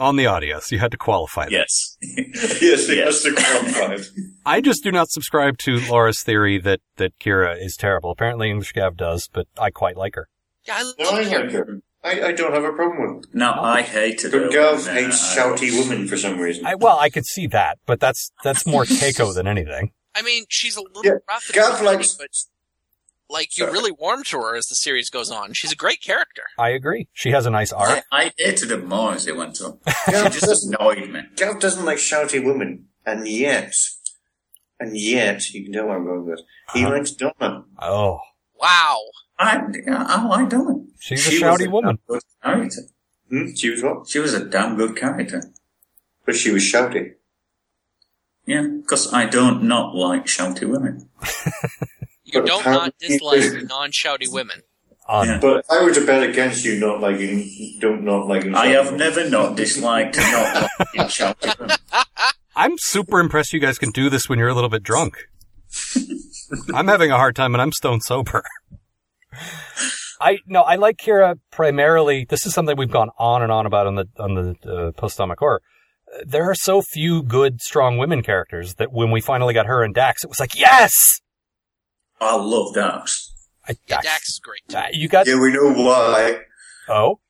On the audios, you had to qualify that.
Yes. [laughs]
yes, it has
Yes.
to qualify.
I just do not subscribe to Laura's theory that, that Kira is terrible. Apparently English Gav does, but I quite like her.
Yeah, I love
No, I
Kira.
like her. I, I don't have a problem with her.
No, I hated
But
her
Gav
when, uh,
hates
I
shouty
watched-
women for some reason.
I, well, I could see that, but that's, that's more Keiko than anything.
I mean, she's a little
Yeah,
rough at the
Gav
beginning,
likes-
but like you
Sorry.
really warm to her as the series goes on. She's a great character.
I agree. She has a nice arc.
[laughs] I, I hated her more as it went on.
Gav
It just
doesn't,
annoyed me.
Gav doesn't like shouty women, and yet, and yet, you can tell where I'm going with this. He
Uh-huh.
likes Donna.
Oh,
Wow.
I, I like Dawn.
she's a
She was
shouty woman.
damn good character.
Hmm? She was what?
She was a damn good character.
But she was shouty.
Yeah, because I don't not like shouty women.
You
But
don't
how
not
do you- [laughs]
dislike non-shouty women.
On
Yeah.
But if I were to bet against you not liking, don't not liking.
I
shouty
have
women.
never not disliked not liking shouty women.
I'm super impressed you guys can do this when you're a little bit drunk. I'm having a hard time and I'm stone sober. I no, I like Kira primarily. This is something we've gone on and on about on the on the uh, post atomic horror. Uh, There are so few good, strong women characters that when we finally got her and Dax, it was like yes.
I love Dax.
I,
Yeah, Dax is great.
Uh, you got
Yeah, we know why.
oh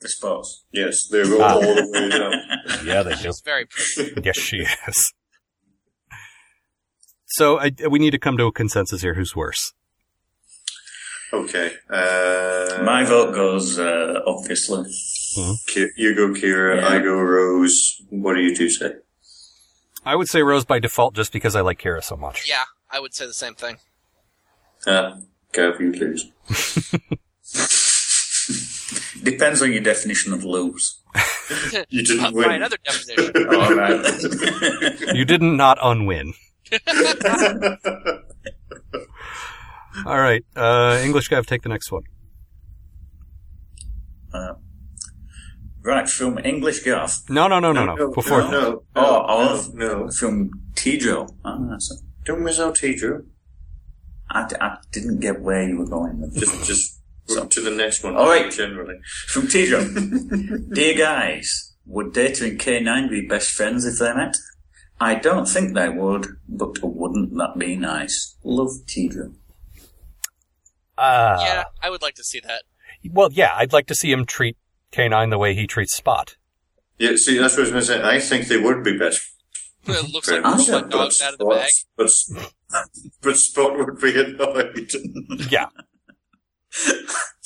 The sports.
Yes, they're all,
Ah.
all the way down.
yeah they do.
She's very pretty.
yes, she is. So I, we need to come to a consensus here. Who's worse?
Okay. Uh,
My vote goes, uh, obviously.
Ki- You go, Kira.
Yeah.
I go, Rose. What do you two say?
I would say Rose by default, just because I like Kira so much.
Yeah, I would say the
[laughs]
same thing.
Uh, Gav, you lose.
Depends on your definition of lose.
You didn't
Uh,
win.
by another definition,
All right.
[laughs]
you didn't not unwin. All right, uh, English Gav, take the next one.
right, from English Gaff.
No, no, no, no, no. Before
no,
that,
no, no,
Oh, Olive.
no, no.
From Tidro. Oh, that's a-
Don't miss out, Teacher.
I, d- I didn't get where you were going with this.
Just, just to the next one.
All right.
Generally, [laughs]
From Tidro. Dear guys, would Data and K9 be best friends if they met? I don't think they would, but wouldn't that be nice? Love Tidro.
uh,
yeah, I would like to see that.
well, yeah, I'd like to see him treat K9 the way he treats Spot.
yeah. See, that's what I was going to say. I think they would be best [laughs]
It looks like
friends.
I'm
a
sure
robot dogs out of the bag.
But, Spot- but, [laughs] but Spot would be
[laughs]
annoyed.
Yeah.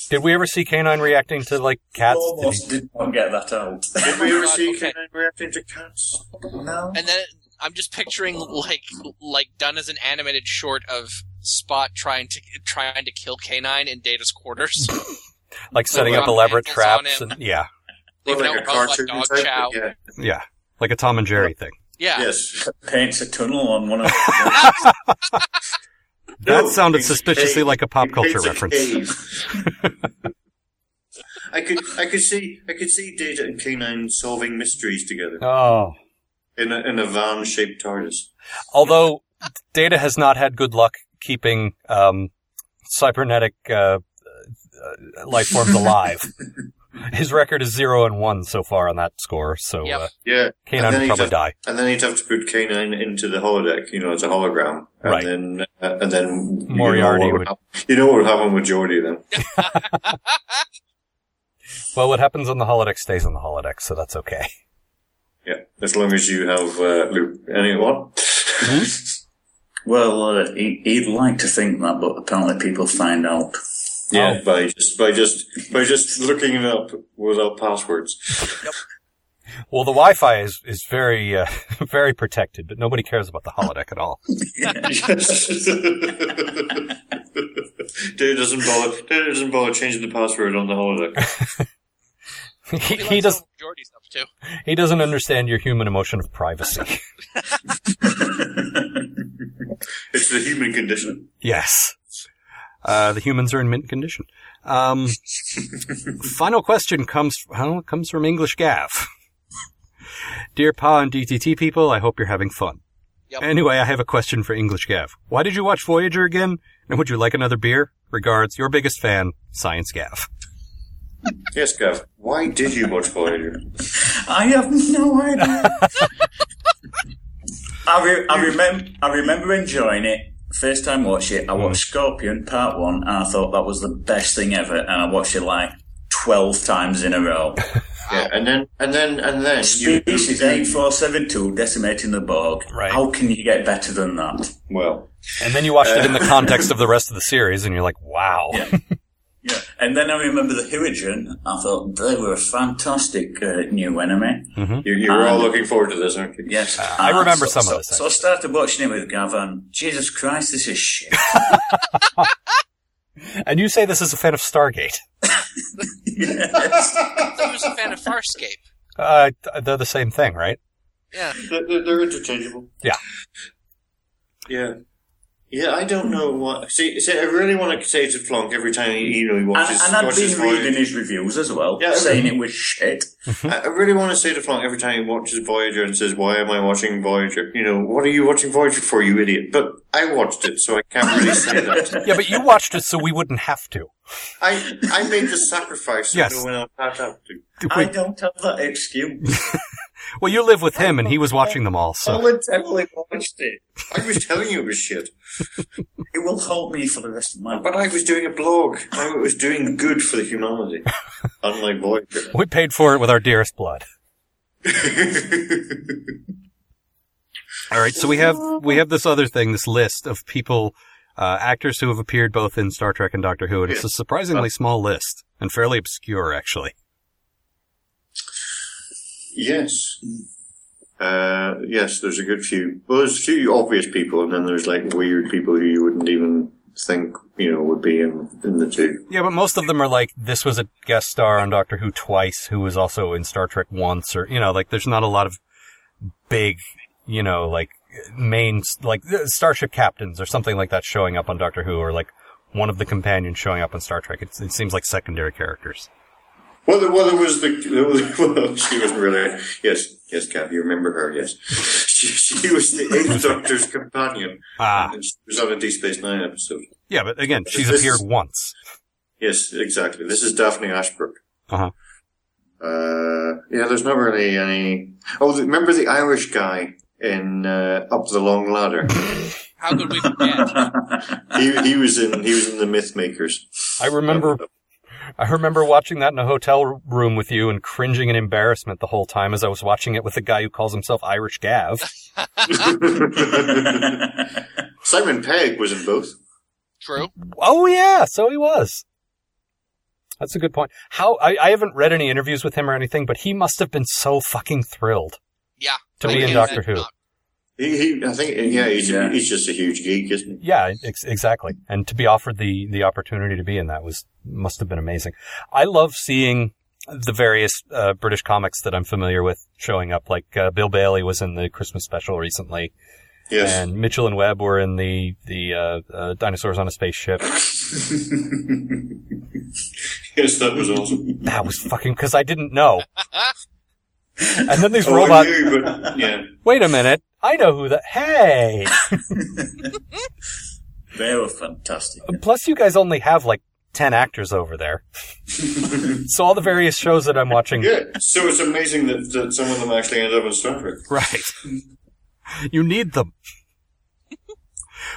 Did we ever see K9 reacting to like cats? Did he-
Almost did not get that out.
Did we ever
God,
see
okay.
canine reacting to cats?
no.
And then I'm just picturing like like done as an animated short of Spot trying to trying to kill Canine in Data's
[laughs]
quarters.
like setting
Like,
up
rub
elaborate
handles on
traps?
him.
And, yeah,
Or
Leaving out robot dog
type?
chow. Yeah.
Yeah.
yeah, like a Tom and Jerry thing.
Yes.
Paints a tunnel on one of
That
No,
sounded
it's
suspiciously
a cave.
like a pop
It
culture
paints a
reference. [laughs]
cave. I could, I could see, I could see Data and Canine solving mysteries together
Oh.
in a, in a van-shaped TARDIS.
Although Data has not had good luck keeping um, cybernetic uh, uh, life forms alive.
[laughs]
His record is zero and one so far on that score, so
Yep.
uh,
Yeah,
Kanan
And
would
then he
probably
does-
die.
and then he'd have to put Canine into the holodeck, you know, as a hologram, and
Right.
then uh, and then
Moriarty
you know what
would-
happen- you know what would happen with Geordie then?
Well, what happens on the holodeck stays on the holodeck, so that's okay.
Yeah, as long as you have uh, Luke. Anyone?
Well, uh, he, he'd like to think that, but apparently people find out
Yeah, Oh, by just by just by just looking it up without passwords.
Well, the Wi-Fi is is very uh, [laughs] very protected, but nobody cares about the holodeck at all.
[laughs] Dude doesn't bother. Dude doesn't bother changing the password on the holodeck.
he, he
[laughs] We like to know
does
what Jordy's up to.
he doesn't understand your human emotion of privacy.
It's the human condition.
Yes. Uh, the humans are in mint condition. Um, final question comes well, it comes from English Gav. Dear Pa and DTT people, I hope you're having fun.
Yep.
Anyway, I have a question for English Gav. Why did you watch Voyager again? And would you like another beer? Regards, your biggest fan, Science Gav.
Yes, Gav. Why did you watch Voyager?
I have
[laughs]
no idea. I, re- I remember I remember enjoying it. First time watch it, I
Mm.
watched Scorpion Part One, and I thought that was the best thing ever. And I watched it like twelve times in
[laughs]
a row.
Yeah, and then and then and then you,
Ah. Species eight four seven two decimating the Borg.
Right.
How can you get better than that?
well,
And then you watched it in the context of the rest of the series, and you're like, wow.
Yeah. And then I remember the Hurricane. I thought they were a fantastic uh, new enemy.
you, you were all looking forward to this, aren't you?
Um, Yes,
I
And
remember
so-
some of
so-
this,
So I started watching it with Gavin. Jesus Christ, this is shit.
[laughs] And you say this is a fan of Stargate.
So he was a fan of Farscape.
Uh, th- they're the same thing, right?
Yeah.
They're, they're- they're interchangeable.
Yeah.
Yeah. Yeah, I don't know what. See, see I really want to say to Flonk every time he, you know, he
And,
watches.
and I'd
watches
been reading
Voyager.
his reviews as well,
Yeah, I
saying it was shit.
I, I really want to say to Flonk every time he watches Voyager and says, "Why am I watching Voyager?" You know, what are you watching Voyager for, you idiot? But I watched it, so I can't [laughs] really say that.
Yeah, but you watched it so we wouldn't have to.
I I made the sacrifice. So
Yes.
No one else had to.
[laughs] I don't have that excuse.
Well, you live with him, and he was watching them all, so.
totally watched it. I was telling you it was shit,
it will haunt me for the rest of my life. [laughs]
but [laughs] I was doing a blog. I was doing good for the humanity, [laughs] unlike Voyager. [laughs]
We paid for it with our dearest blood. All right, so we have we have this other thing, this list of people, uh, actors who have appeared both in Star Trek and Doctor Who, and it's a surprisingly small list and fairly obscure, actually.
Yes. Uh, yes, there's a good few. Well, there's a few obvious people, and then there's like weird people who you wouldn't even think, you know, would be in, in the two.
Yeah, but most of them are like this was a guest star on Doctor Who twice, who was also in Star Trek once, or you know, like there's not a lot of big, you know, like main like uh, starship captains or something like that showing up on Doctor Who, or like one of the companions showing up on Star Trek. It, it seems like secondary characters.
Well, there, well, there was the. [laughs] There was, well, she was really. Yes, yes, Gav, you remember her, yes. [laughs] She, she was the Eighth Doctor's companion.
Ah,
And she was on a D Space Nine episode.
yeah, but again, she's
This-
appeared once.
Yes, exactly. This is Daphne Ashbrook.
Uh-huh.
Uh, yeah, there's not really any. Oh, th- remember the Irish guy in uh, Up the Long Ladder?
How could we forget?
he, he was in he was in the [laughs] Mythmakers.
I remember, I remember watching that in a hotel room with you and cringing in embarrassment the whole time as I was watching it with the guy who calls himself Irish Gav.
Simon Pegg was in both.
True.
Oh yeah, so he was. That's a good point. How I, I haven't read any interviews with him or anything, but he must have been so fucking thrilled.
Yeah.
To
I
be in
guess
Doctor
that-
Who.
He, he I think yeah, he's,
Yeah.
he's just a huge geek, isn't he?
Yeah, ex- exactly. And to be offered the the opportunity to be in that was must have been amazing. I love seeing the various uh, British comics that I'm familiar with showing up. Like uh, Bill Bailey was in the Christmas special recently,
Yes.
and Mitchell and Webb were in the the uh, uh, dinosaurs on a spaceship.
yes, that was awesome.
That was fucking because I didn't
[laughs]
know. And then these
Oh, I
robots.
knew, but, yeah.
Wait a minute. I know who that. Hey!
They were fantastic.
Plus, you guys only have like 10 actors over there. so, all the various shows that I'm
[laughs]
watching.
Yeah. So it's amazing that, that some of them actually ended up in Star Trek.
Right. you need them.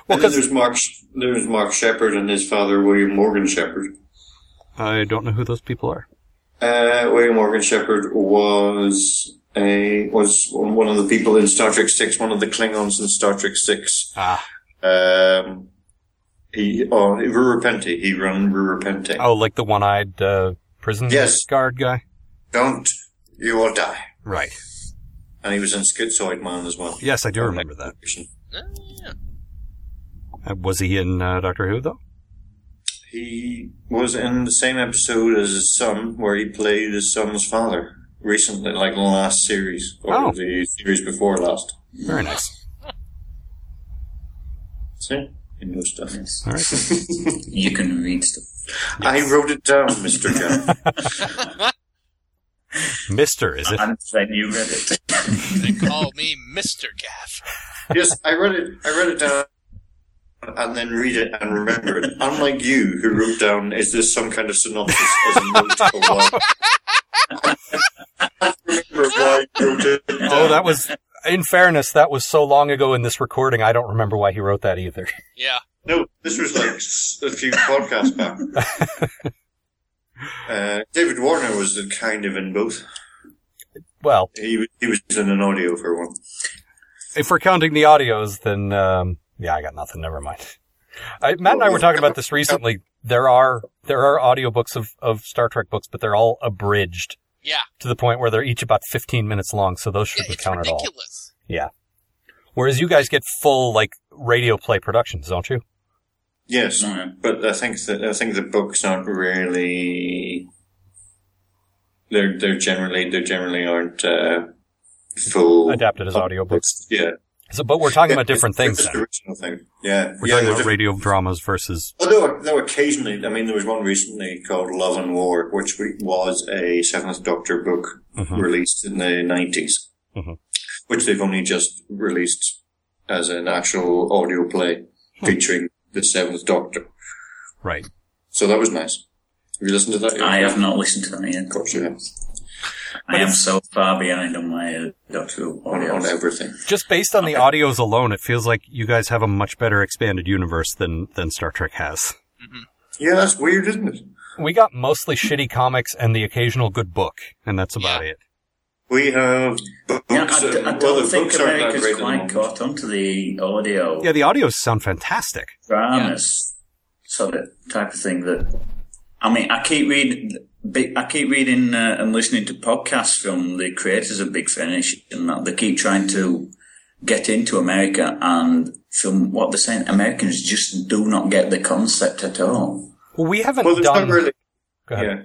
Well,
And then
'cause-
there's Mark there's Mark Shepard and his father William Morgan Shepard.
I don't know who those people are.
Uh, William Morgan Shepard was a was one of the people in Star Trek Six, one of the Klingons in Star Trek Six.
Ah.
Um, He on Rurapente. He run Rurapente.
Oh, like the one-eyed uh, prison
Yes.
guard guy.
Don't you will die.
Right.
And he was in Schizoid Man as well.
Yes, I do remember that. Uh, was he in uh, Doctor Who though?
He was in the same episode as his son, where he played his son's father recently, like in the last series or
Oh.
the series before last.
Very nice.
See, he knows stuff.
All right.
You can read stuff.
I wrote it down,
[laughs]
Mister John.
Mister,
[laughs]
is it?
And then you read it.
They call me Mr. Gaff.
yes, I read it. I read it down. And then read it and remember it. Unlike you, who wrote down, is this some kind of synopsis as a note or what? I can't remember why I wrote it down.
Oh, that was. In fairness, that was so long ago in this recording. I don't remember why he wrote that either. [laughs]
Yeah.
No, this was like s- a few podcasts back. uh, David Warner was the kind of in both.
Well,
He w- he was in an audio for one.
if we're counting the audios, then um, yeah, I got nothing. Never mind. I, Matt and I were talking about this recently. There are there are audiobooks of of Star Trek books, but they're all abridged
Yeah.
to the point where they're each about fifteen minutes long. So those
yeah
should be
it's
counted all.
ridiculous.
Whereas you guys get full like radio play productions, don't you?
Yes,
Mm.
but I think that I think the books aren't really. They're they're generally they generally aren't uh, full
Adapted as audiobooks.
Yeah,
So, but we're talking about
Yeah,
different
they're
things.
just
Then.
Original thing. Yeah,
We're
yeah.
talking
they're
about
different-
radio dramas versus
Although, though occasionally, I mean, there was one recently called Love and War, which we- was a Seventh Doctor book
Mhm.
released in the 90s,
Mhm.
which they've only just released as an actual audio play
Hmm.
featuring the Seventh Doctor.
right.
So that was nice. Have you listened to that?
I have not listened to that yet.
Of course you have.
I am so far behind on my uh, Doctor Who
On, on
audios.
everything.
Just based on the audios alone, it feels like you guys have a much better expanded universe than than Star Trek has.
Yeah, that's weird, isn't it?
We got mostly shitty comics and the occasional good book, and that's about
Yeah.
it.
We have books.
Yeah, I, d-
uh,
I
well,
don't
the
think
books aren't that
America's
great at the
quite
moment.
caught on to the audio
Yeah, the audios sound fantastic.
dramas sort of type of thing. That I mean, I keep reading, big, I keep reading uh, and listening to podcasts from the creators of Big Finish, and that they keep trying to get into America and from what they're saying, Americans just do not get the concept at all.
Well, we haven't
Well, there's
done.
not really
Go ahead.
Yeah.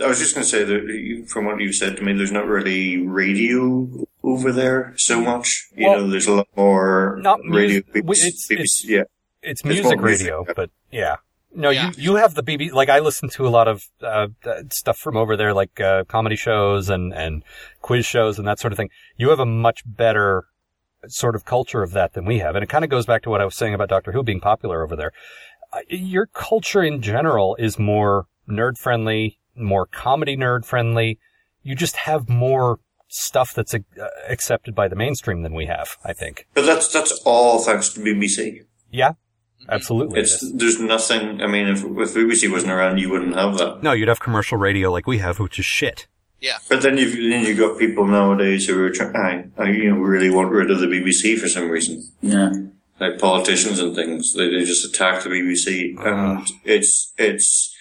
I was just going to say that you- from what you said to me, there's not really radio over there so much. You
Well,
know, there's a lot more
not mus-
radio.
we-
BBC,
it's- it's-
yeah,
It's
There's
music
more music.
radio, but yeah. No,
Yeah.
you you have the BB. Like I listen to a lot of uh, uh, stuff from over there, like uh, comedy shows and and quiz shows and that sort of thing. You have a much better sort of culture of that than we have, and it kind of goes back to what I was saying about Doctor Who being popular over there. Uh, Your culture in general is more nerd friendly, more comedy nerd friendly. You just have more stuff that's uh, accepted by the mainstream than we have. I think.
but that's that's all thanks to BBC.
Yeah, absolutely. it
It's
is.
there's nothing. I mean, if, if BBC wasn't around, you wouldn't have that.
No, you'd have commercial radio like we have, which is shit.
But then you've then you got people nowadays who are trying, you know, really want rid of the BBC for some reason.
Yeah.
like politicians and things. They, they just attack the BBC,
Ah.
and it's it's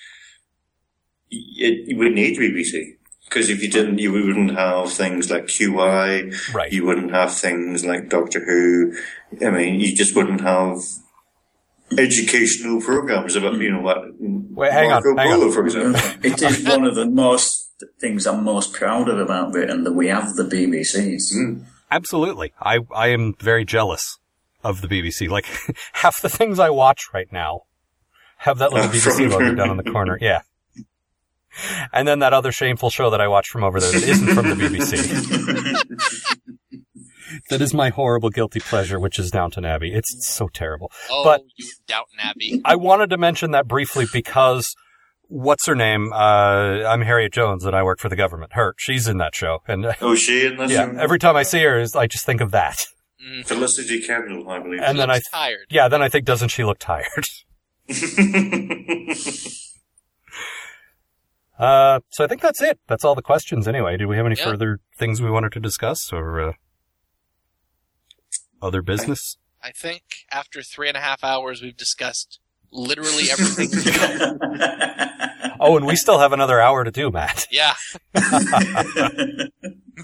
it. We need the BBC because if you didn't, you wouldn't have things like QI.
Right.
You wouldn't have things like Doctor Who. I mean, you just wouldn't have educational programs about you know what.
Wait, hang on,
Marco
hang on.
Polo, for example.
[laughs]
it is one of the most things I'm most proud of about Britain that we have the BBCs.
Absolutely. I, I am very jealous of the BBC. Like, [laughs] half the things I watch right now have that little BBC logo down on the corner. Yeah. And then that other shameful show that I watch from over there that isn't from the BBC. that is my horrible guilty pleasure, which is Downton Abbey. It's so terrible.
Oh,
But-
you Downton Abbey.
I wanted to mention that briefly because what's her name? Uh, I'm Harriet Jones and I work for the government. Her, she's in that show. And uh,
Oh, she and that's
yeah, every time I see her, is- I just think of that. [laughs]
Felicity Kendall, I believe.
And then I,
Looks tired.
yeah, then I think, doesn't she look tired? [laughs]
[laughs]
Uh, so I think that's it. That's all the questions anyway. Do we have any
Yeah.
further things we wanted to discuss or, uh, other business?
I think after three and a half hours, we've discussed literally everything.
[laughs] Oh, and we still have another hour to do, Matt.
yeah,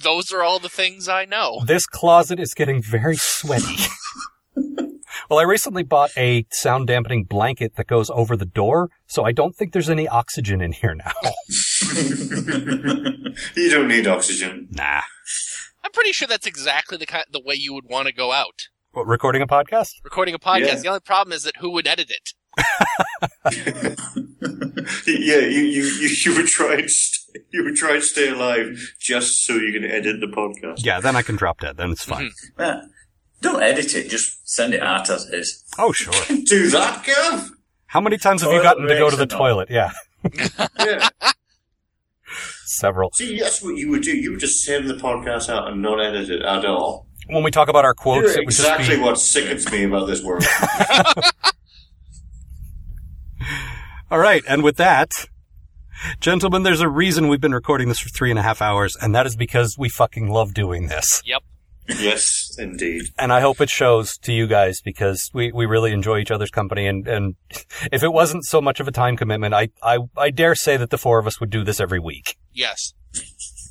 those are all the things I know.
This closet is getting very sweaty. [laughs] well, I recently bought a sound dampening blanket that goes over the door, so I don't think there's any oxygen in here now. [laughs]
you don't need oxygen.
nah.
I'm pretty sure that's exactly the kind, the way you would want to go out.
What, recording a podcast?
Recording a podcast.
Yeah.
The only problem is that who would edit it?
[laughs] Yeah, you, you, you, you would try and st- you would try and stay alive just so you can edit the podcast.
Yeah, then I can drop dead. Then it's fine.
Yeah. Don't edit it, just send it out as is.
Oh, sure.
Do that, Gav.
How many times have you
Toilet
gotten to go to the
breaks and all.
toilet? Yeah, [laughs]
Yeah.
several.
[laughs] See, that's what you would do. You would just send the podcast out and not edit it at all.
When we talk about our
You're
quotes, it would
exactly
just be
what sickens me about this world.
all right. And with that, gentlemen, there's a reason we've been recording this for three and a half hours, and that is because we fucking love doing this.
Yep.
yes, indeed.
and I hope it shows to you guys because we, we really enjoy each other's company. And, and [laughs] if it wasn't so much of a time commitment, I, I, I dare say that the four of us would do this every week
Yes.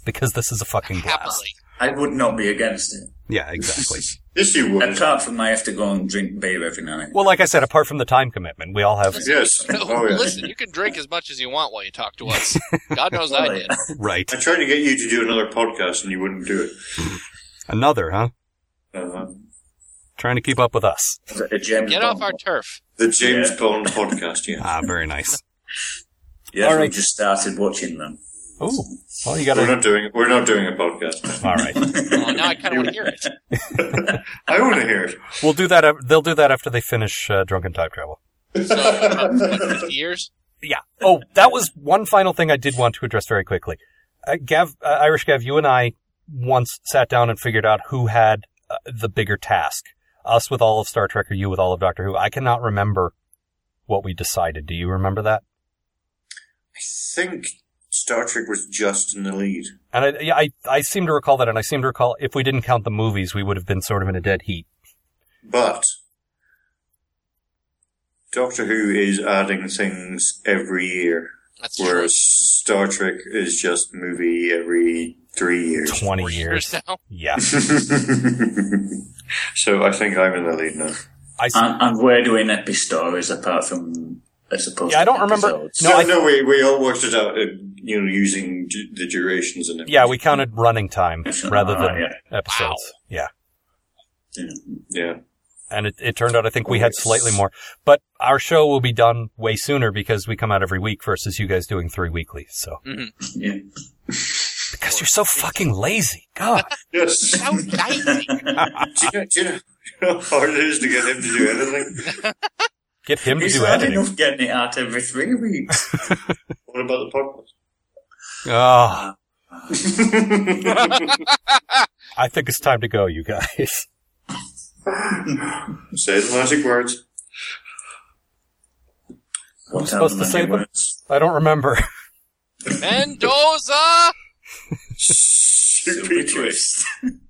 because this is a fucking blast.
Happily.
I would not be against it.
Yeah, exactly.
Yes, you would.
Apart from I have to go and drink beer every night.
well, like I said, apart from the time commitment, we all have
Yes.
[laughs]
Oh, yeah.
Listen, you can drink as much as you want while you talk to us. God knows I did.
right
I tried to get you to do another podcast and you wouldn't do it.
another, huh?
Uh,
Trying to keep up with us.
A James
Get off
Bond
our
one.
turf.
the James
Yeah.
Bond podcast, yeah.
Ah, very nice. [laughs]
Yes,
All
we
right.
just started watching them.
Oh, well, you
We're
gotta.
not doing we're not doing a podcast.
All right,
Oh, now I kind of want to hear it.
I want to hear it.
[laughs] we'll do that. af- They'll do that after they finish uh, Drunken Time Travel.
So, about,
[laughs]
what, 50 years?
Yeah. Oh, that was one final thing I did want to address very quickly. Uh, Gav, uh, Irish Gav, you and I once sat down and figured out who had uh, the bigger task. Us with all of Star Trek or you with all of Doctor Who. I cannot remember what we decided. Do you remember that?
I think Star Trek was just in the lead.
And I, yeah, I, I seem to recall that, and I seem to recall if we didn't count the movies, we would have been sort of in a dead heat.
But Doctor Who is adding things every year,
That's true.
whereas Star Trek is just movie every three years.
20
Four
years.
now.
Yeah.
[laughs] so I think I'm in the lead now.
I, s-
And, and we're doing epi stories apart from, I suppose.
Yeah, I don't remember-
episodes.
No,
No,
I-
no, we we all worked it out, uh, you know, using d- the durations and everything.
yeah, we counted running time rather
Ah,
than
yeah.
episodes. Yeah.
yeah.
and it, it turned out I think we had slightly more. But our show will be done way sooner because we come out every week versus you guys doing three weekly. So
Yeah.
because you're so fucking lazy, God.
Yes.
How dicey.
do, you know, do you know how hard it is to get him to do anything?
[laughs] Get him to
It's
do
hard
editing.
enough getting it out every
[laughs]
three weeks.
What about the podcast?
Ah, [laughs] I think it's time to go, you guys.
Say the magic words.
What
supposed to
happened
say
when
them?
it was-
I don't remember.
Mendoza!
Super twist.